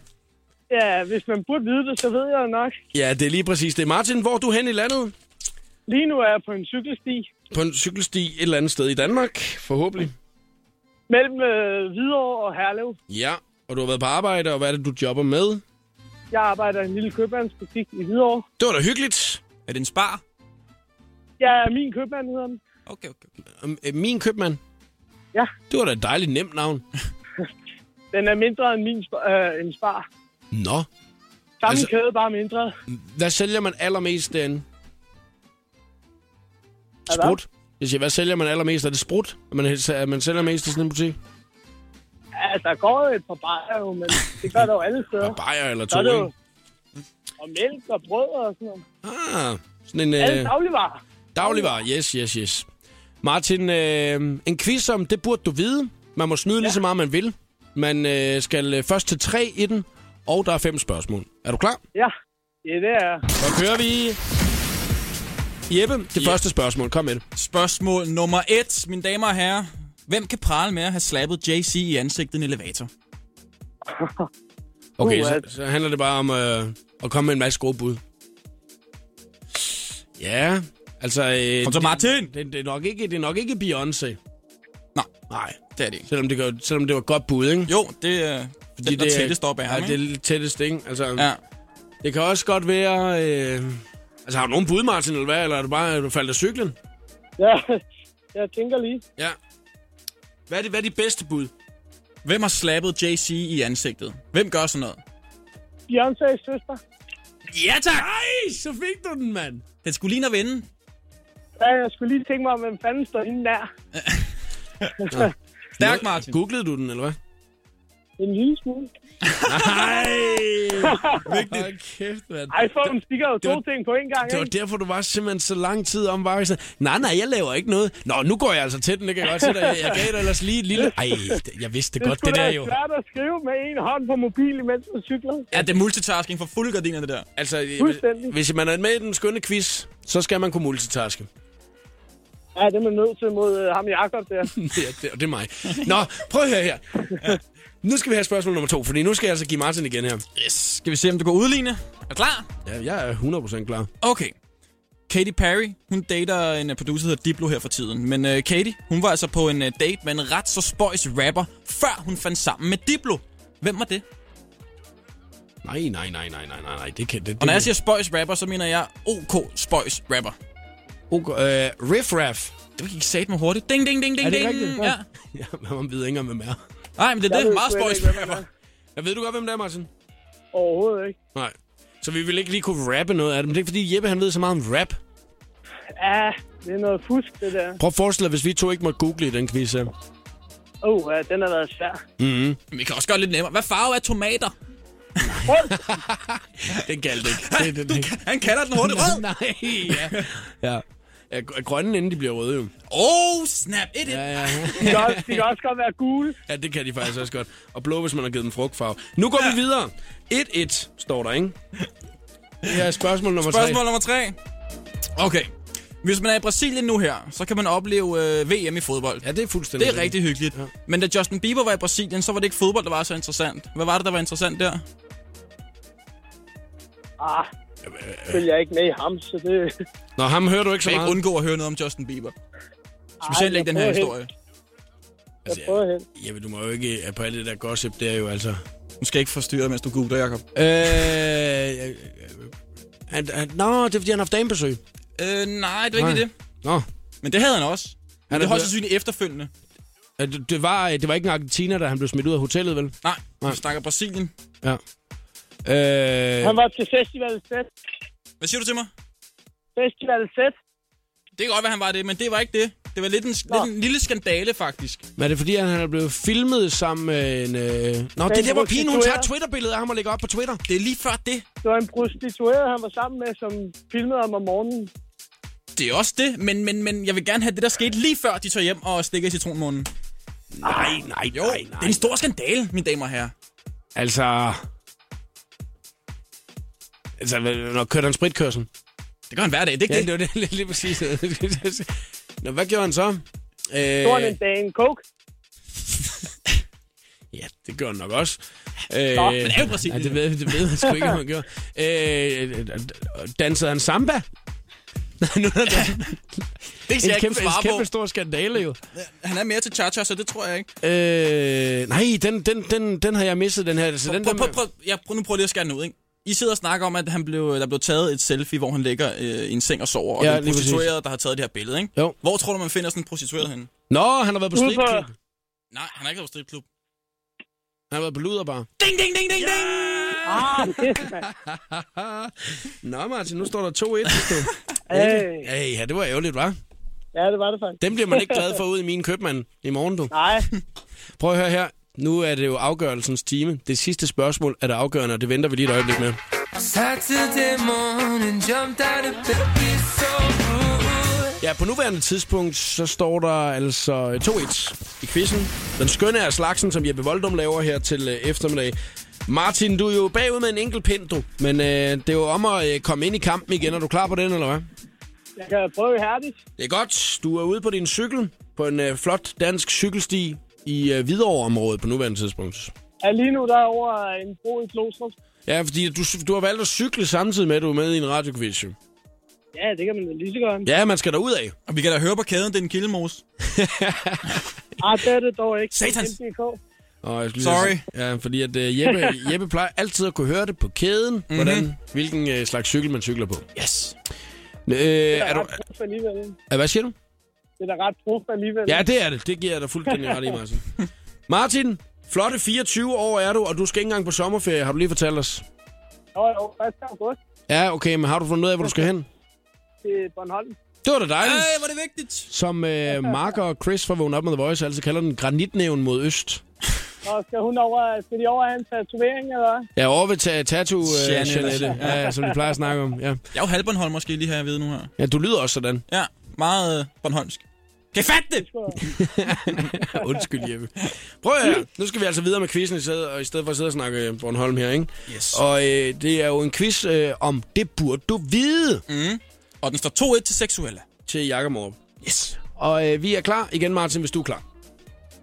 I: ja, hvis man burde vide det, så ved jeg jo nok.
A: Ja, det er lige præcis det. Martin, hvor er du hen i landet?
I: Lige nu er jeg på en cykelsti
A: På en cykelsti et eller andet sted i Danmark, forhåbentlig.
I: mellem øh, Hvidovre og Herlev.
A: Ja, og du har været på arbejde, og hvad er det, du jobber med?
I: Jeg arbejder i en lille købmandsbutik i Hvidovre.
A: Det var da hyggeligt.
B: Er det en spar?
I: Ja, min købmand hedder den.
B: Okay, okay. okay.
A: Øhm, øh, Min købmand.
I: Ja.
A: Det var da et dejligt nemt navn.
I: Den er mindre end min sp- øh, en spar.
A: Nå,
I: Samme
A: Altså-
I: altså... kæde, bare mindre.
A: hvad sælger man allermest derinde?
I: Hvad?
A: Sprut. Jeg siger, hvad sælger man allermest? Er det sprut, man, man sælger mest i sådan en butik?
I: Ja, altså, der går jo et par bajer jo, men det gør der jo alle steder.
A: Bajer eller
I: Så
A: to,
I: er det
A: ikke?
I: jo og mælk og brød og sådan noget.
A: Ah, sådan en...
I: Alle
A: øh,
I: dagligvarer.
A: Dagligvarer, yes, yes, yes. Martin, øh, en quiz om, det burde du vide. Man må snyde ja. lige så meget, man vil. Man øh, skal øh, først til tre i den, og der er fem spørgsmål. Er du klar?
I: Ja, ja det er jeg.
A: Så kører vi. Jeppe, det ja. første spørgsmål. Kom med det.
B: Spørgsmål nummer et, mine damer og herrer. Hvem kan prale med at have slappet JC i ansigtet i en elevator?
A: Okay,
I: Uh,
A: så,
I: at-
A: så handler det bare om øh, at komme med en masse gode bud. Ja, altså... Øh,
B: Kom så, Martin!
A: Det, det, er nok ikke, det er nok ikke Beyoncé.
B: Nej,
A: Nej,
B: det er det ikke.
A: selvom det, gør, selvom det var et godt bud, ikke?
B: Jo, det er øh, den, det, der tættest op af ham,
A: ja, det er
B: ikke?
A: lidt tættest, ikke? Altså, ja.
B: Ja.
A: Det kan også godt være... Øh... Altså, har du nogen bud, Martin, eller hvad? Eller er det bare, at du faldt af cyklen?
I: Ja, [laughs] jeg tænker lige.
A: Ja. Hvad er, det, hvad er de bedste bud?
B: Hvem har slappet JC i ansigtet? Hvem gør sådan noget?
I: Beyoncé's søster.
B: Ja tak!
A: Ej, så fik du den, mand!
B: Den skulle lige at vinde.
I: Ja, jeg skulle lige tænke mig, hvem fanden står inde der.
B: Stærk, Martin.
A: Googlede du den, eller [laughs] hvad?
I: En lille smule.
A: Nej! Vigtigt. Hold kæft, mand.
I: iPhone stikker jo to ting på én gang,
A: Det var
I: ikke?
A: derfor, du var simpelthen så lang tid om, var sådan, nej, nej, jeg laver ikke noget. Nå, nu går jeg altså til den, det kan jeg godt se dig. Jeg gav dig ellers lige et lille... Ej, det- jeg vidste det godt, det
I: skulle
A: der
I: da
A: jo.
I: svært at skrive med en hånd på mobil, imens man cykler.
B: Ja, det er multitasking for fuld gardiner, det der.
A: Altså,
I: Fuldstændig.
A: hvis man er med i den skønne quiz, så skal man kunne multitaske.
I: Ja, det er man nødt til mod øh, ham Jakob der.
A: [laughs] Ja, det, og det er mig. Nå, prøv at høre her. Nu skal vi have spørgsmål nummer to, fordi nu skal jeg altså give Martin igen her.
B: Yes. Skal vi se, om du går udligne? Er du klar?
A: Ja, jeg er 100% klar.
B: Okay. Katy Perry, hun dater en øh, producer, der hedder Diplo her for tiden. Men uh, Katy, hun var altså på en uh, date med en ret så spøjs rapper, før hun fandt sammen med Diplo. Hvem var det?
A: Nej, nej, nej, nej, nej, nej, nej. Det kan det. det
B: Og når jeg siger spøjs rapper, så mener jeg OK spøjs rapper.
A: okay, øh, riff raff.
B: Det gik sat mig hurtigt. Ding, ding, ding, ding,
A: Er det
B: ding.
A: rigtigt?
B: Ja.
A: [laughs] Ja, men man ved ikke engang, hvem er.
B: Nej, men det er
I: Jeg
B: det.
I: ved
B: Meget
I: sgu
B: spøjs
I: ikke, hvem
B: rapper.
I: det
A: Jeg ved du godt, hvem det er, Martin?
I: Overhovedet ikke.
A: Nej. Så vi vil ikke lige kunne rappe noget af det, men det er ikke, fordi Jeppe han ved så meget om rap.
I: Ja, det er noget fusk, det der.
A: Prøv at forestille dig, hvis vi to ikke måtte google i den quiz her.
I: Åh, oh, ja, den har været svær.
B: Men vi kan også gøre lidt nemmere. Hvad farve er tomater?
I: Rød!
A: Den galt ikke. Det, det, det.
B: Han kalder den hurtigt [laughs] rød.
A: Nej, ja. ja. Ja, gr- grønne inden de bliver røde jo.
B: Oh, snap. Et, et.
A: Ja, ja.
I: De kan, også, de kan også godt være gule.
A: Ja, det kan de faktisk også godt. Og blå, hvis man har givet dem frugtfarve. Nu går ja. vi videre. 1-1 står der, ikke? Det er spørgsmål nummer
B: Spørgsmål nummer tre. Okay. Hvis man er i Brasilien nu her, så kan man opleve øh, VM i fodbold.
A: 3. Ja, det er fuldstændig
B: Det er rigtig hyggeligt. Ja. Men da Justin Bieber var i Brasilien, så var det ikke fodbold, der var så interessant. Hvad var det, der var interessant der?
I: Ah, følger jeg ikke med i ham, så det...
A: Nå, ham hører du ikke så
B: kan ikke
A: meget.
B: undgå at høre noget om Justin Bieber. Specielt
I: jeg
B: ikke den her
I: prøver
B: historie.
I: Jeg prøver hen.
A: Ja, du må jo ikke øh, på alt det der gossip, det er jo altså...
B: Du skal ikke forstyrre, mens du googler, Jacob.
A: Øh, øh, øh, han, han, nå, det er fordi, han har haft damebesøg.
B: Øh, nej, det var ikke
A: Nej.
B: det.
A: Nå,
B: Men det havde han også.
A: er
B: Han det er højst
A: blevet-
B: sandsynligt efterfølgende.
A: øh, det- det var, det var ikke en Argentina, da han blev smidt ud af hotellet, vel?
B: Nej,
A: Nej.
B: nej. vi snakker Brasilien.
A: Ja. Øh,
I: Han var til Festival Set.
B: Hvad siger du til mig?
I: Festival Set.
B: Det kan godt være, han var det, men det var ikke det. Det var lidt en, lidt en lille skandale, faktisk.
A: men er det fordi, han, han er blevet filmet sammen med en... Øh... Nå, det er der, hvor pigen, hun tager
I: prostitueret.
A: Twitter-billedet af ham og lægger op på Twitter.
B: Det er lige før det.
I: Det var en prostitueret, han var sammen med, som filmede ham om morgenen.
B: Det er også det, men, men, men jeg vil gerne have det, der skete lige før, de tager hjem og stikker i citronmånen.
A: Nej, nej,
B: Jo, nej, nej. det er en stor skandale, mine damer og herrer.
A: Altså... Altså, hvad- når kørte han spritkørsel?
B: Det gør han hver dag, det er ikke det? [laughs]
A: var det lige, lige præcis. [laughs] Nå, hvad gjorde han så? Øh,
I: Det var en dag en coke.
A: ja, det gjorde han nok også. Øh,
B: Nå, men det er jo Brasilien.
A: Ja, det ved, det ved han sgu ikke, om han gjorde. Øh, dansede han samba? Nej, nu
B: [laughs]
A: er der
B: Det kan
A: en
B: jeg ikke
A: kæmpe, en
B: svare
A: kæmpe
B: på.
A: stor skandale jo.
B: Han er mere til cha-cha, så det tror jeg ikke.
A: Øh, nej, den, den, den, den har jeg misset, den her. Så den
B: Prøv,
A: der
B: prøv,
A: med-
B: prøv, jeg prøv, nu prøver jeg lige at skære den ud, ikke? I sidder og snakker om, at han blev, der blev taget et selfie, hvor han ligger øh, i en seng og sover, og
A: Ja,
B: ja, den
A: lige præcis.
B: prostituerede, der har taget det her billede, ikke?
A: Jo.
B: Hvor tror du, man finder sådan en prostitueret henne?
A: Nå, han har været på
I: Ude på-
A: stripklub.
B: Nej, han har ikke været på stripklub.
A: Han har været på luderbar.
B: Ding, ding, ding, ding, ding!
I: Ah, [laughs] pisse, mand.
A: Nå, Martin, nu står der 2-1.
B: [laughs]
A: hvis du-
I: Hey.
A: Ej, ja, det var ærgerligt, hva'?
I: Ja, det var det faktisk.
A: Dem bliver man ikke glad for ud i mine købmand i morgen, du.
I: Nej,
A: Prøv at høre her. Nu er det jo afgørelsens time. Det sidste spørgsmål er det afgørende, og det venter vi lige et øjeblik med.
G: Saturday morning, jumped out of bed, be so rude.
A: Ja, på nuværende tidspunkt, så står der altså 2-1 i quizzen. Den skønne er slagsen, som Jeppe Voldum laver her til øh, eftermiddag. Martin, du er jo bagud med en enkelt pind, du. Men øh, det er jo om at øh, komme ind i kampen igen. Er du klar på den, eller hvad?
I: jeg kan prøve hærdigt.
A: Det er godt. Du er ude på din cykel på en øh, flot dansk cykelsti i øh, Hvidovre-området på nuværende tidspunkt.
I: Ja, lige nu der er over øh, en bro i Klostrup.
A: Ja, fordi du, du har valgt at cykle samtidig med, at du er med i en radioquiz. jo.
I: Ja, det kan man da lige så godt.
A: Ja, man skal derud af.
B: Og vi kan da høre på kæden, det er en kildemos.
I: Ah, det er det dog ikke.
B: Satans.
I: MDK.
A: Og jeg skulle
B: Sorry.
A: lige sige- Ja, fordi at uh, Jeppe, Jeppe plejer altid at kunne høre det på kæden, mm-hmm. hvordan, hvilken uh, slags cykel man cykler på.
B: Yes.
A: Øh,
I: Det
A: er
I: er
A: du,
I: ret prof alligevel.
A: er, hvad siger du?
I: Det er da ret prof alligevel.
A: Ja, det er det. Det giver jeg dig fuldstændig
B: [laughs]
A: ret i, Martin. Martin, flotte 24 år er du, og du skal ikke engang på sommerferie, har du lige fortalt os.
I: Jo, jo, 1. august
A: Ja, okay, men har du fundet ud af, hvor du skal hen?
I: til Bornholm.
A: Det var da dejligt.
B: Ej, hvor er det vigtigt.
A: Som øh, Mark og Chris fra Vågen Up med The Voice altid kalder den granitnæven mod øst.
I: Og skal hun over, skal de over have en tatovering, eller hvad?
A: Ja, over ved ta- Tattoo, øh,
B: Jeanette.
A: Jeanette, ja. ja, som vi plejer at snakke om. Ja.
B: Jeg er jo halvbornholm måske lige her, jeg ved nu her.
A: ja, du lyder også sådan.
B: Ja, meget øh, bornholmsk. Kan I fatte det?
A: Ja, Undskyld, Jeppe. Prøv at høre. Nu skal vi altså videre med quizzen i stedet, og i stedet for at sidde og snakke øh, Bornholm her, ikke?
B: Yes. Og,
A: Og øh, det er jo en quiz øh, om det burde du vide
B: Mm. og den står 2-1 til seksuelle.
A: til Jakob Morup.
B: Yes.
A: Og øh, vi er klar igen, Martin, hvis du er klar.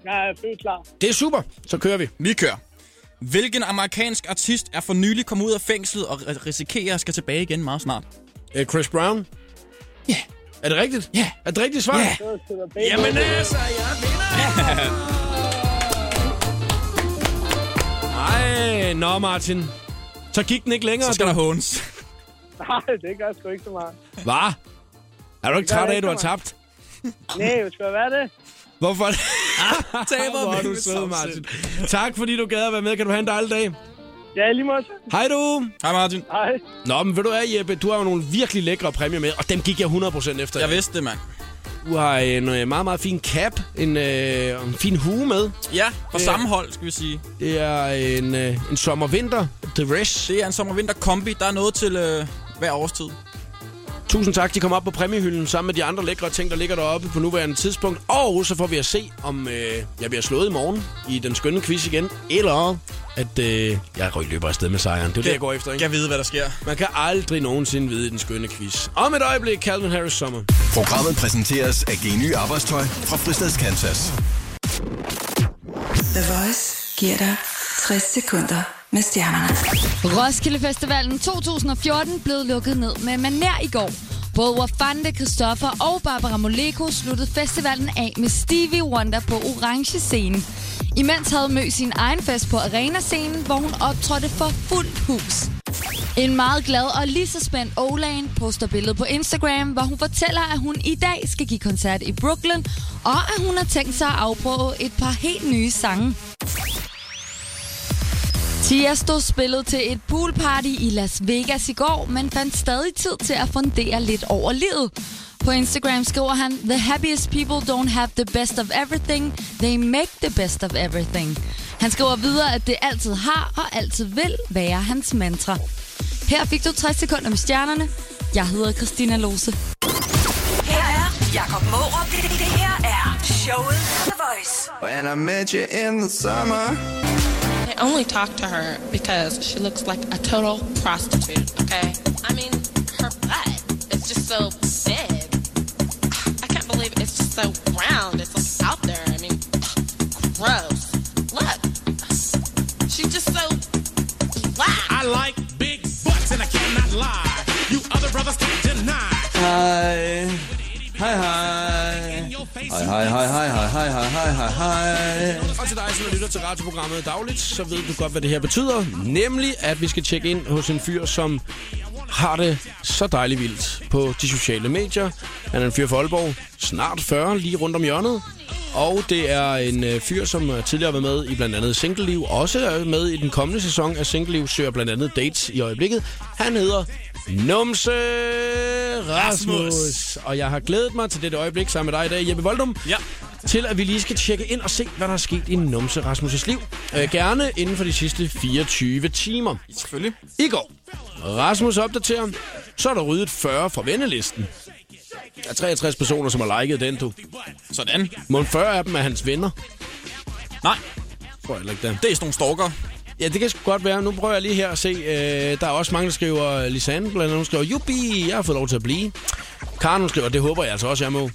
I: Jeg er født klar.
A: Det er super. Så kører vi.
B: Vi kører. Hvilken amerikansk artist er for nylig kommet ud af fængslet og ri- risikerer at skal tilbage igen meget snart?
A: Øh, Chris Brown? Ja. Er det rigtigt?
B: Ja.
A: Er det rigtigt svar?
B: Ja.
I: Det var sgu da bedre.
A: Jamen altså, jeg vinder! Ej, nå Martin. Så gik den ikke længere.
B: Så skal der hånes.
I: [laughs] Nej, det gør sgu ikke så meget.
A: Hvad? Er du ikke
I: gør
A: træt
I: det
A: af, at du har
I: ikke,
A: tabt?
I: Nej, det skulle være det.
A: Hvorfor?
B: [laughs] Taber
A: Hvor er du
B: med
A: sød,
B: samsind.
A: Martin. Tak, fordi du gad at være med. Kan du have en dejlig dag?
I: Ja, i lige måde. så.
A: Hej du!
B: Hej Martin.
I: Hej.
A: Nå, men ved du hvad, Jeppe? Du har jo nogle virkelig lækre præmier med, og dem gik jeg 100% efter.
B: Jeg vidste det, mand.
A: Du har en øh, meget, meget fin cap, en, øh, og en fin hue med.
B: Ja, på samme hold, skal vi sige.
A: Det er en, øh, en sommer-vinter dress.
B: Det er en sommer-vinter-kombi. Der er noget til øh, hver årstid.
A: Tusind tak, de kommer op på præmiehylden sammen med de andre lækre ting, der ligger deroppe på nuværende tidspunkt. Og så får vi at se, om øh, jeg bliver slået i morgen i den skønne quiz igen, eller at øh, jeg løber afsted med sejren. Det er det, jeg går efter, ikke?
B: Jeg ved, hvad der sker.
A: Man kan aldrig nogensinde vide i den skønne quiz. Om et øjeblik, Calvin Harris Sommer.
F: Programmet præsenteres af Geny Arbejdstøj fra Fristads Kansas.
D: The Voice giver dig 60 sekunder med stjernerne.
H: Roskilde Festivalen 2014 blev lukket ned med maner i går. Både Wafande, Christoffer og Barbara Moleko sluttede festivalen af med Stevie Wonder på orange scene. Imens havde Mø sin egen fest på arenascenen, hvor hun optrådte for fuldt hus. En meget glad og lige så spændt Olan poster billedet på Instagram, hvor hun fortæller, at hun i dag skal give koncert i Brooklyn, og at hun har tænkt sig at afprøve et par helt nye sange. Tiesto spillede til et poolparty i Las Vegas i går, men fandt stadig tid til at fundere lidt over livet. På Instagram skriver han, The happiest people don't have the best of everything, they make the best of everything. Han skriver videre, at det altid har og altid vil være hans mantra. Her fik du 60 sekunder med stjernerne. Jeg hedder Christina Lose.
D: Her er Jakob Morup. Det, det, det her er showet på The Voice.
C: When I met you in the summer.
J: I only talk to her because she looks like a total prostitute, okay? I mean, her butt is just so big. I can't believe it's just so round. It's like out there. I mean, gross. Look, she's just so black.
K: I like big butts and I cannot lie. You other brothers can't deny.
C: Hej. Hej, hej. Hej, hej, hej, hej, hej, hej, hej, hej, hej, hej.
A: Og til dig, som lytter til radioprogrammet dagligt, så ved du godt, hvad det her betyder. Nemlig, at vi skal tjekke ind hos en fyr, som har det så dejligt vildt på de sociale medier. Han er en fyr fra Aalborg, snart 40, lige rundt om hjørnet. Og det er en øh, fyr, som øh, tidligere har været med i blandt andet Single Liv, også er med i den kommende sæson af Single Liv, søger blandt andet dates i øjeblikket. Han hedder Numse Rasmus. Og jeg har glædet mig til dette øjeblik sammen med dig i dag, Jeppe Voldum
B: Ja.
A: til at vi lige skal tjekke ind og se, hvad der er sket i Numse Rasmus' liv. Øh, gerne inden for de sidste 24 timer.
B: Selvfølgelig.
A: I går, Rasmus opdaterer, så er der ryddet 40 fra vennelisten. Der er 63 personer, som har liket den, du.
B: Sådan.
A: Må 40 af dem er hans venner?
B: Nej,
A: Tror jeg heller ikke, det er.
B: det er sådan nogle stalker.
A: Ja, det kan sgu godt være. Nu prøver jeg lige her at se. Øh, der er også mange, der skriver, Lisanne blandt andet, hun skriver, Jubi, jeg har fået lov til at blive. Karen, hun skriver, det håber jeg altså også, jeg må.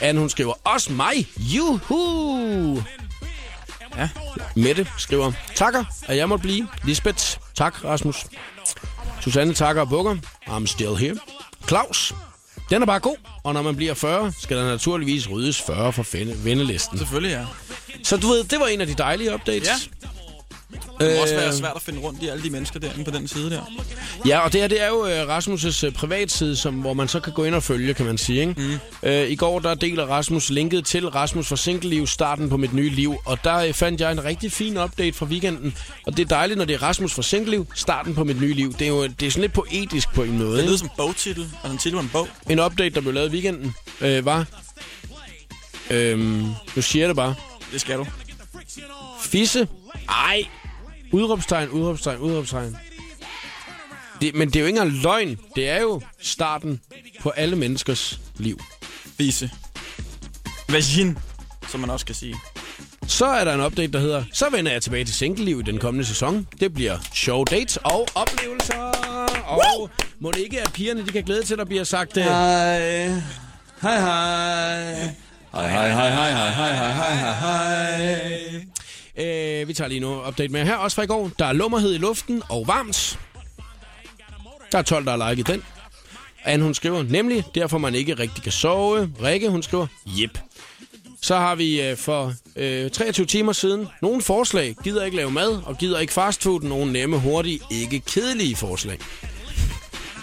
A: Anne, hun skriver, også mig, juhu.
B: Ja.
A: Mette skriver, takker, at jeg måtte blive. Lisbeth, tak, Rasmus. Susanne takker og bukker. I'm still here. Claus, den er bare god, og når man bliver 40, skal der naturligvis ryddes 40 fra fende- vendelisten.
B: Selvfølgelig, ja.
A: Så du ved, det var en af de dejlige updates.
B: Ja. Øh. Det må også være svært at finde rundt i alle de mennesker derinde på den side der.
A: Ja, og det her, det er jo øh, Rasmus' øh, privatside, som, hvor man så kan gå ind og følge, kan man sige. Ikke? Mm. Øh, I går, der deler Rasmus linket til Rasmus fra Singleliv, starten på mit nye liv. Og der øh, fandt jeg en rigtig fin update fra weekenden. Og det er dejligt, når det er Rasmus fra Singleliv, starten på mit nye liv. Det er jo det er sådan lidt poetisk på en måde.
B: Det lyder
A: Ikke?
B: som bogtitel, altså en titel på en bog.
A: En update, der blev lavet i weekenden, øh, var... Øhm, nu siger jeg det bare.
B: Det skal du.
A: Fisse. Ej. Udråbstegn, udråbstegn, udråbstegn. Det, men det er jo ikke engang løgn. Det er jo starten på alle menneskers liv.
B: Fise. Vagin, som man også kan sige.
A: Så er der en update, der hedder, så vender jeg tilbage til singleliv i den kommende sæson. Det bliver show dates og oplevelser. Og må det ikke, at pigerne de kan glæde til, at der bliver sagt, øh,
C: Hej. Hej, hej. Hej, hej, hej, hej, hej, hej, hej, hej, hej, hej.
A: øh, vi tager lige nu update med her, også fra i går. Der er lummerhed i luften og varmt. Der er 12, der har liket den. Anne, hun skriver, nemlig, derfor man ikke rigtig kan sove. Rikke, hun skriver, jep. Så har vi øh, for øh, 23 timer siden nogle forslag. Gider ikke lave mad og gider ikke fastfood. Nogle nemme, hurtige, ikke kedelige forslag.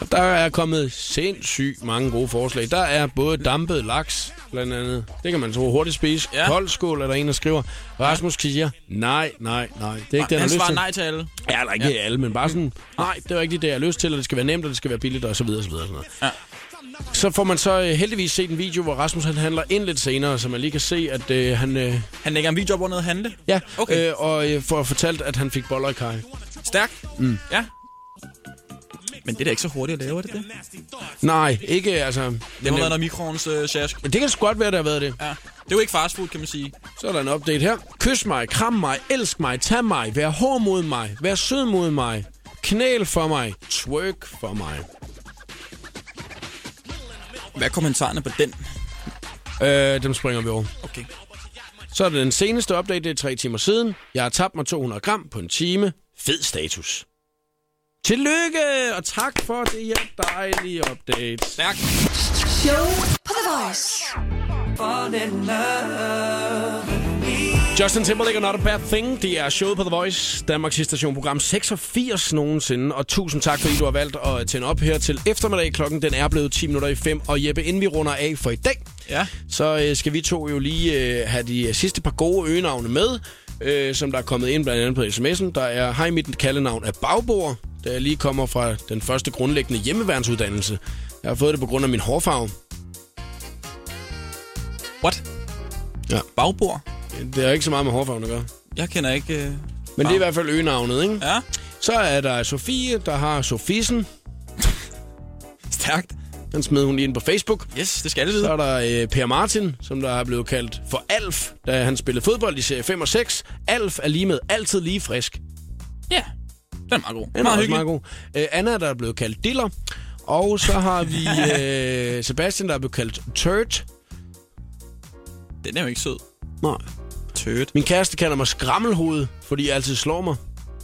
A: Og der er kommet sindssygt mange gode forslag. Der er både dampet laks, blandt andet. Det kan man så hurtigt spise. Ja.
B: Ja.
A: Koldskål er der en, der skriver. Rasmus siger, nej, nej, nej. Det er ikke det, han har
B: Han
A: lyst
B: svarer
A: til.
B: nej til alle.
A: Ja, eller ikke ja. alle, men bare sådan, nej, det var ikke lige det, jeg har lyst til, og det skal være nemt, og det skal være billigt, og så videre, og så videre. og Sådan noget. Ja. Så får man så øh, heldigvis set en video, hvor Rasmus han handler ind lidt senere, så man lige kan se, at øh, han... Øh,
B: Han lægger en video op, hvor noget handle.
A: ja,
B: Okay.
A: øh, og øh, får fortalt, at han fik boller i kaj.
B: Stærk. Mm. Ja. Men det er da ikke så hurtigt at lave, er det det?
A: Nej, ikke altså... Det,
B: Det må være noget mikroovns øh, sjask.
A: det kan sgu godt være, det har været det.
B: Ja. Det er jo ikke fastfood, kan man sige.
A: Så er der en update her. Kys mig, kram mig, elsk mig, tag mig, vær hård mod mig, vær sød mod mig, knæl for mig, twerk for mig.
B: Hvad er kommentarerne på den?
A: Øh, dem springer vi over.
B: Okay.
A: Så er det den seneste update, det er tre timer siden. Jeg har tabt mig 200 gram på en time. fed status. Tillykke, og tak for det her dejlige update. Stærkt.
D: Show på The Voice. Born in love.
A: Justin Timberlake og Not A Bad Thing, det er showet på The Voice, Danmarks station program 86 nogensinde. Og tusind tak, fordi du har valgt at tænde op her til eftermiddag. Klokken den er blevet 10 minutter i 5. Og Jeppe, inden vi runder af for i dag,
B: Ja.
A: så øh, skal vi to jo lige øh, have de sidste par gode øgenavne med, øh, som der er kommet ind blandt andet på sms'en. Der er, hej mit kaldenavn er Bagbor, da jeg lige kommer fra den første grundlæggende hjemmeværnsuddannelse. Jeg har fået det på grund af min hårfarve.
B: What?
A: Ja.
B: Bagbord?
A: Det er ikke så meget med hårfarven at gøre.
B: Jeg kender ikke... Øh,
A: Men det er i
B: farven.
A: hvert fald øgenavnet, ikke?
B: Ja.
A: Så er der Sofie, der har Sofisen.
B: Stærkt.
A: Den smed hun lige ind på Facebook.
B: Yes, det skal alle vide.
A: Så er der øh, Per Martin, som der er blevet kaldt for Alf, da han spillede fodbold i serie 5 og 6. Alf er lige med altid lige frisk.
B: Ja, den er meget god.
A: Den er også meget god. Øh, Anna, der er blevet kaldt Diller. Og så har vi [laughs] øh, Sebastian, der er blevet kaldt Turt.
B: Den er jo ikke sød.
A: Nej.
B: Tørt.
A: Min kæreste kalder mig Skrammelhoved, fordi jeg altid slår mig.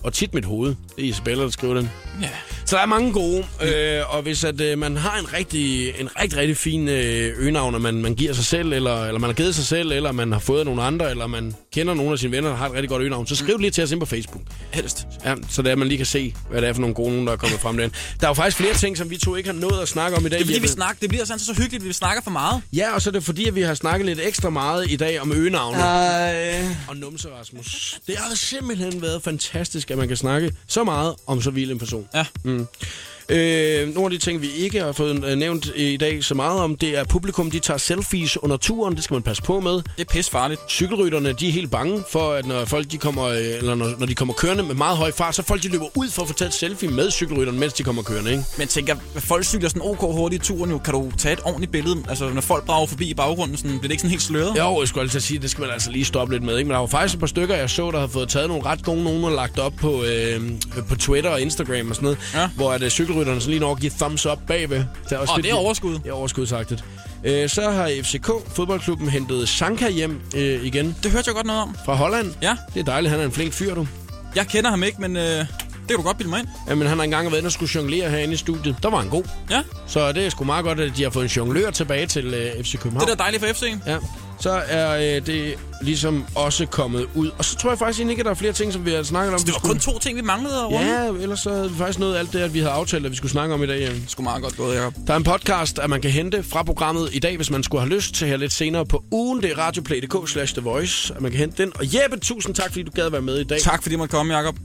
A: Og tit mit hoved. Det er Isabella, der skriver den.
B: Ja.
A: Så der er mange gode, øh, og hvis at, øh, man har en rigtig, en rigtig, rigtig fin øh, øgenavn, og man, man giver sig selv, eller, eller man har givet sig selv, eller man har fået af nogle andre, eller man kender nogle af sine venner, der har et rigtig godt øgenavn, så skriv det lige til os ind på Facebook.
B: Helst.
A: Ja, så der man lige kan se, hvad det er for nogle gode nogen, der er kommet frem derinde. Der er jo faktisk flere ting, som vi to ikke har nået at snakke om i dag.
B: Det er fordi, vi
A: Jeppe.
B: snakker, det bliver sådan så hyggeligt, at vi snakker for meget.
A: Ja, og så er det fordi, at vi har snakket lidt ekstra meget i dag om øgenavne.
B: Ej.
A: Og numse Rasmus. Det har simpelthen været fantastisk, at man kan snakke så meget om så vild en person.
B: Ja.
A: Mm. Øh, nogle af de ting, vi ikke har fået øh, nævnt i dag så meget om, det er at publikum, de tager selfies under turen. Det skal man passe på med.
B: Det er pissefarligt.
A: Cykelrytterne, de er helt bange for, at når folk de kommer, øh, eller når, når de kommer kørende med meget høj fart, så folk de løber ud for at få taget et selfie med cykelrytterne, mens de kommer kørende, ikke?
B: Men jeg tænker, hvad folk cykler sådan ok hurtigt i turen jo, kan du tage et ordentligt billede? Altså, når folk brager forbi i baggrunden, sådan, bliver det ikke sådan helt sløret?
A: Jo, jeg skulle altså sige, det skal man altså lige stoppe lidt med. Ikke? Men der var faktisk et par stykker, jeg så, der havde fået taget nogle ret gode nogen og lagt op på, øh, på Twitter og Instagram og sådan noget.
B: Ja.
A: Hvor at, øh, cykelrytterne sådan lige når giver thumbs up bagved. Så også
B: Åh,
A: lidt-
B: det er overskud.
A: Det er overskudsagtigt. Øh, så har FCK, fodboldklubben, hentet Sanka hjem øh, igen
B: Det hørte jeg godt noget om.
A: fra Holland.
B: Ja.
A: Det er dejligt, han er en flink fyr, du.
B: Jeg kender ham ikke, men øh, det kan du godt bilde mig ind.
A: Jamen, han har engang været inde og skulle jonglere herinde i studiet. Der var han god.
B: Ja,
A: Så det er sgu meget godt, at de har fået en jonglør tilbage til øh, FC København.
B: det er da dejligt for FC'en.
A: Ja, så er øh, det ligesom også kommet ud. Og så tror jeg faktisk egentlig ikke, at der er flere ting, som vi har snakket om.
B: Så det var kun to ting, vi manglede over.
A: Ja, ellers så havde vi faktisk noget af alt det, at vi havde aftalt, at vi skulle snakke om i dag. øh. ja.
B: Det skulle meget godt gået, Jacob.
A: Der er en podcast, at man kan hente fra programmet i dag, hvis man skulle have lyst til her lidt senere på ugen. Det er radioplay.dk slash The Voice, at man kan hente den. Og Jeppe, tusind tak, fordi du gad være med i dag.
B: Tak fordi du måtte komme, Jacob.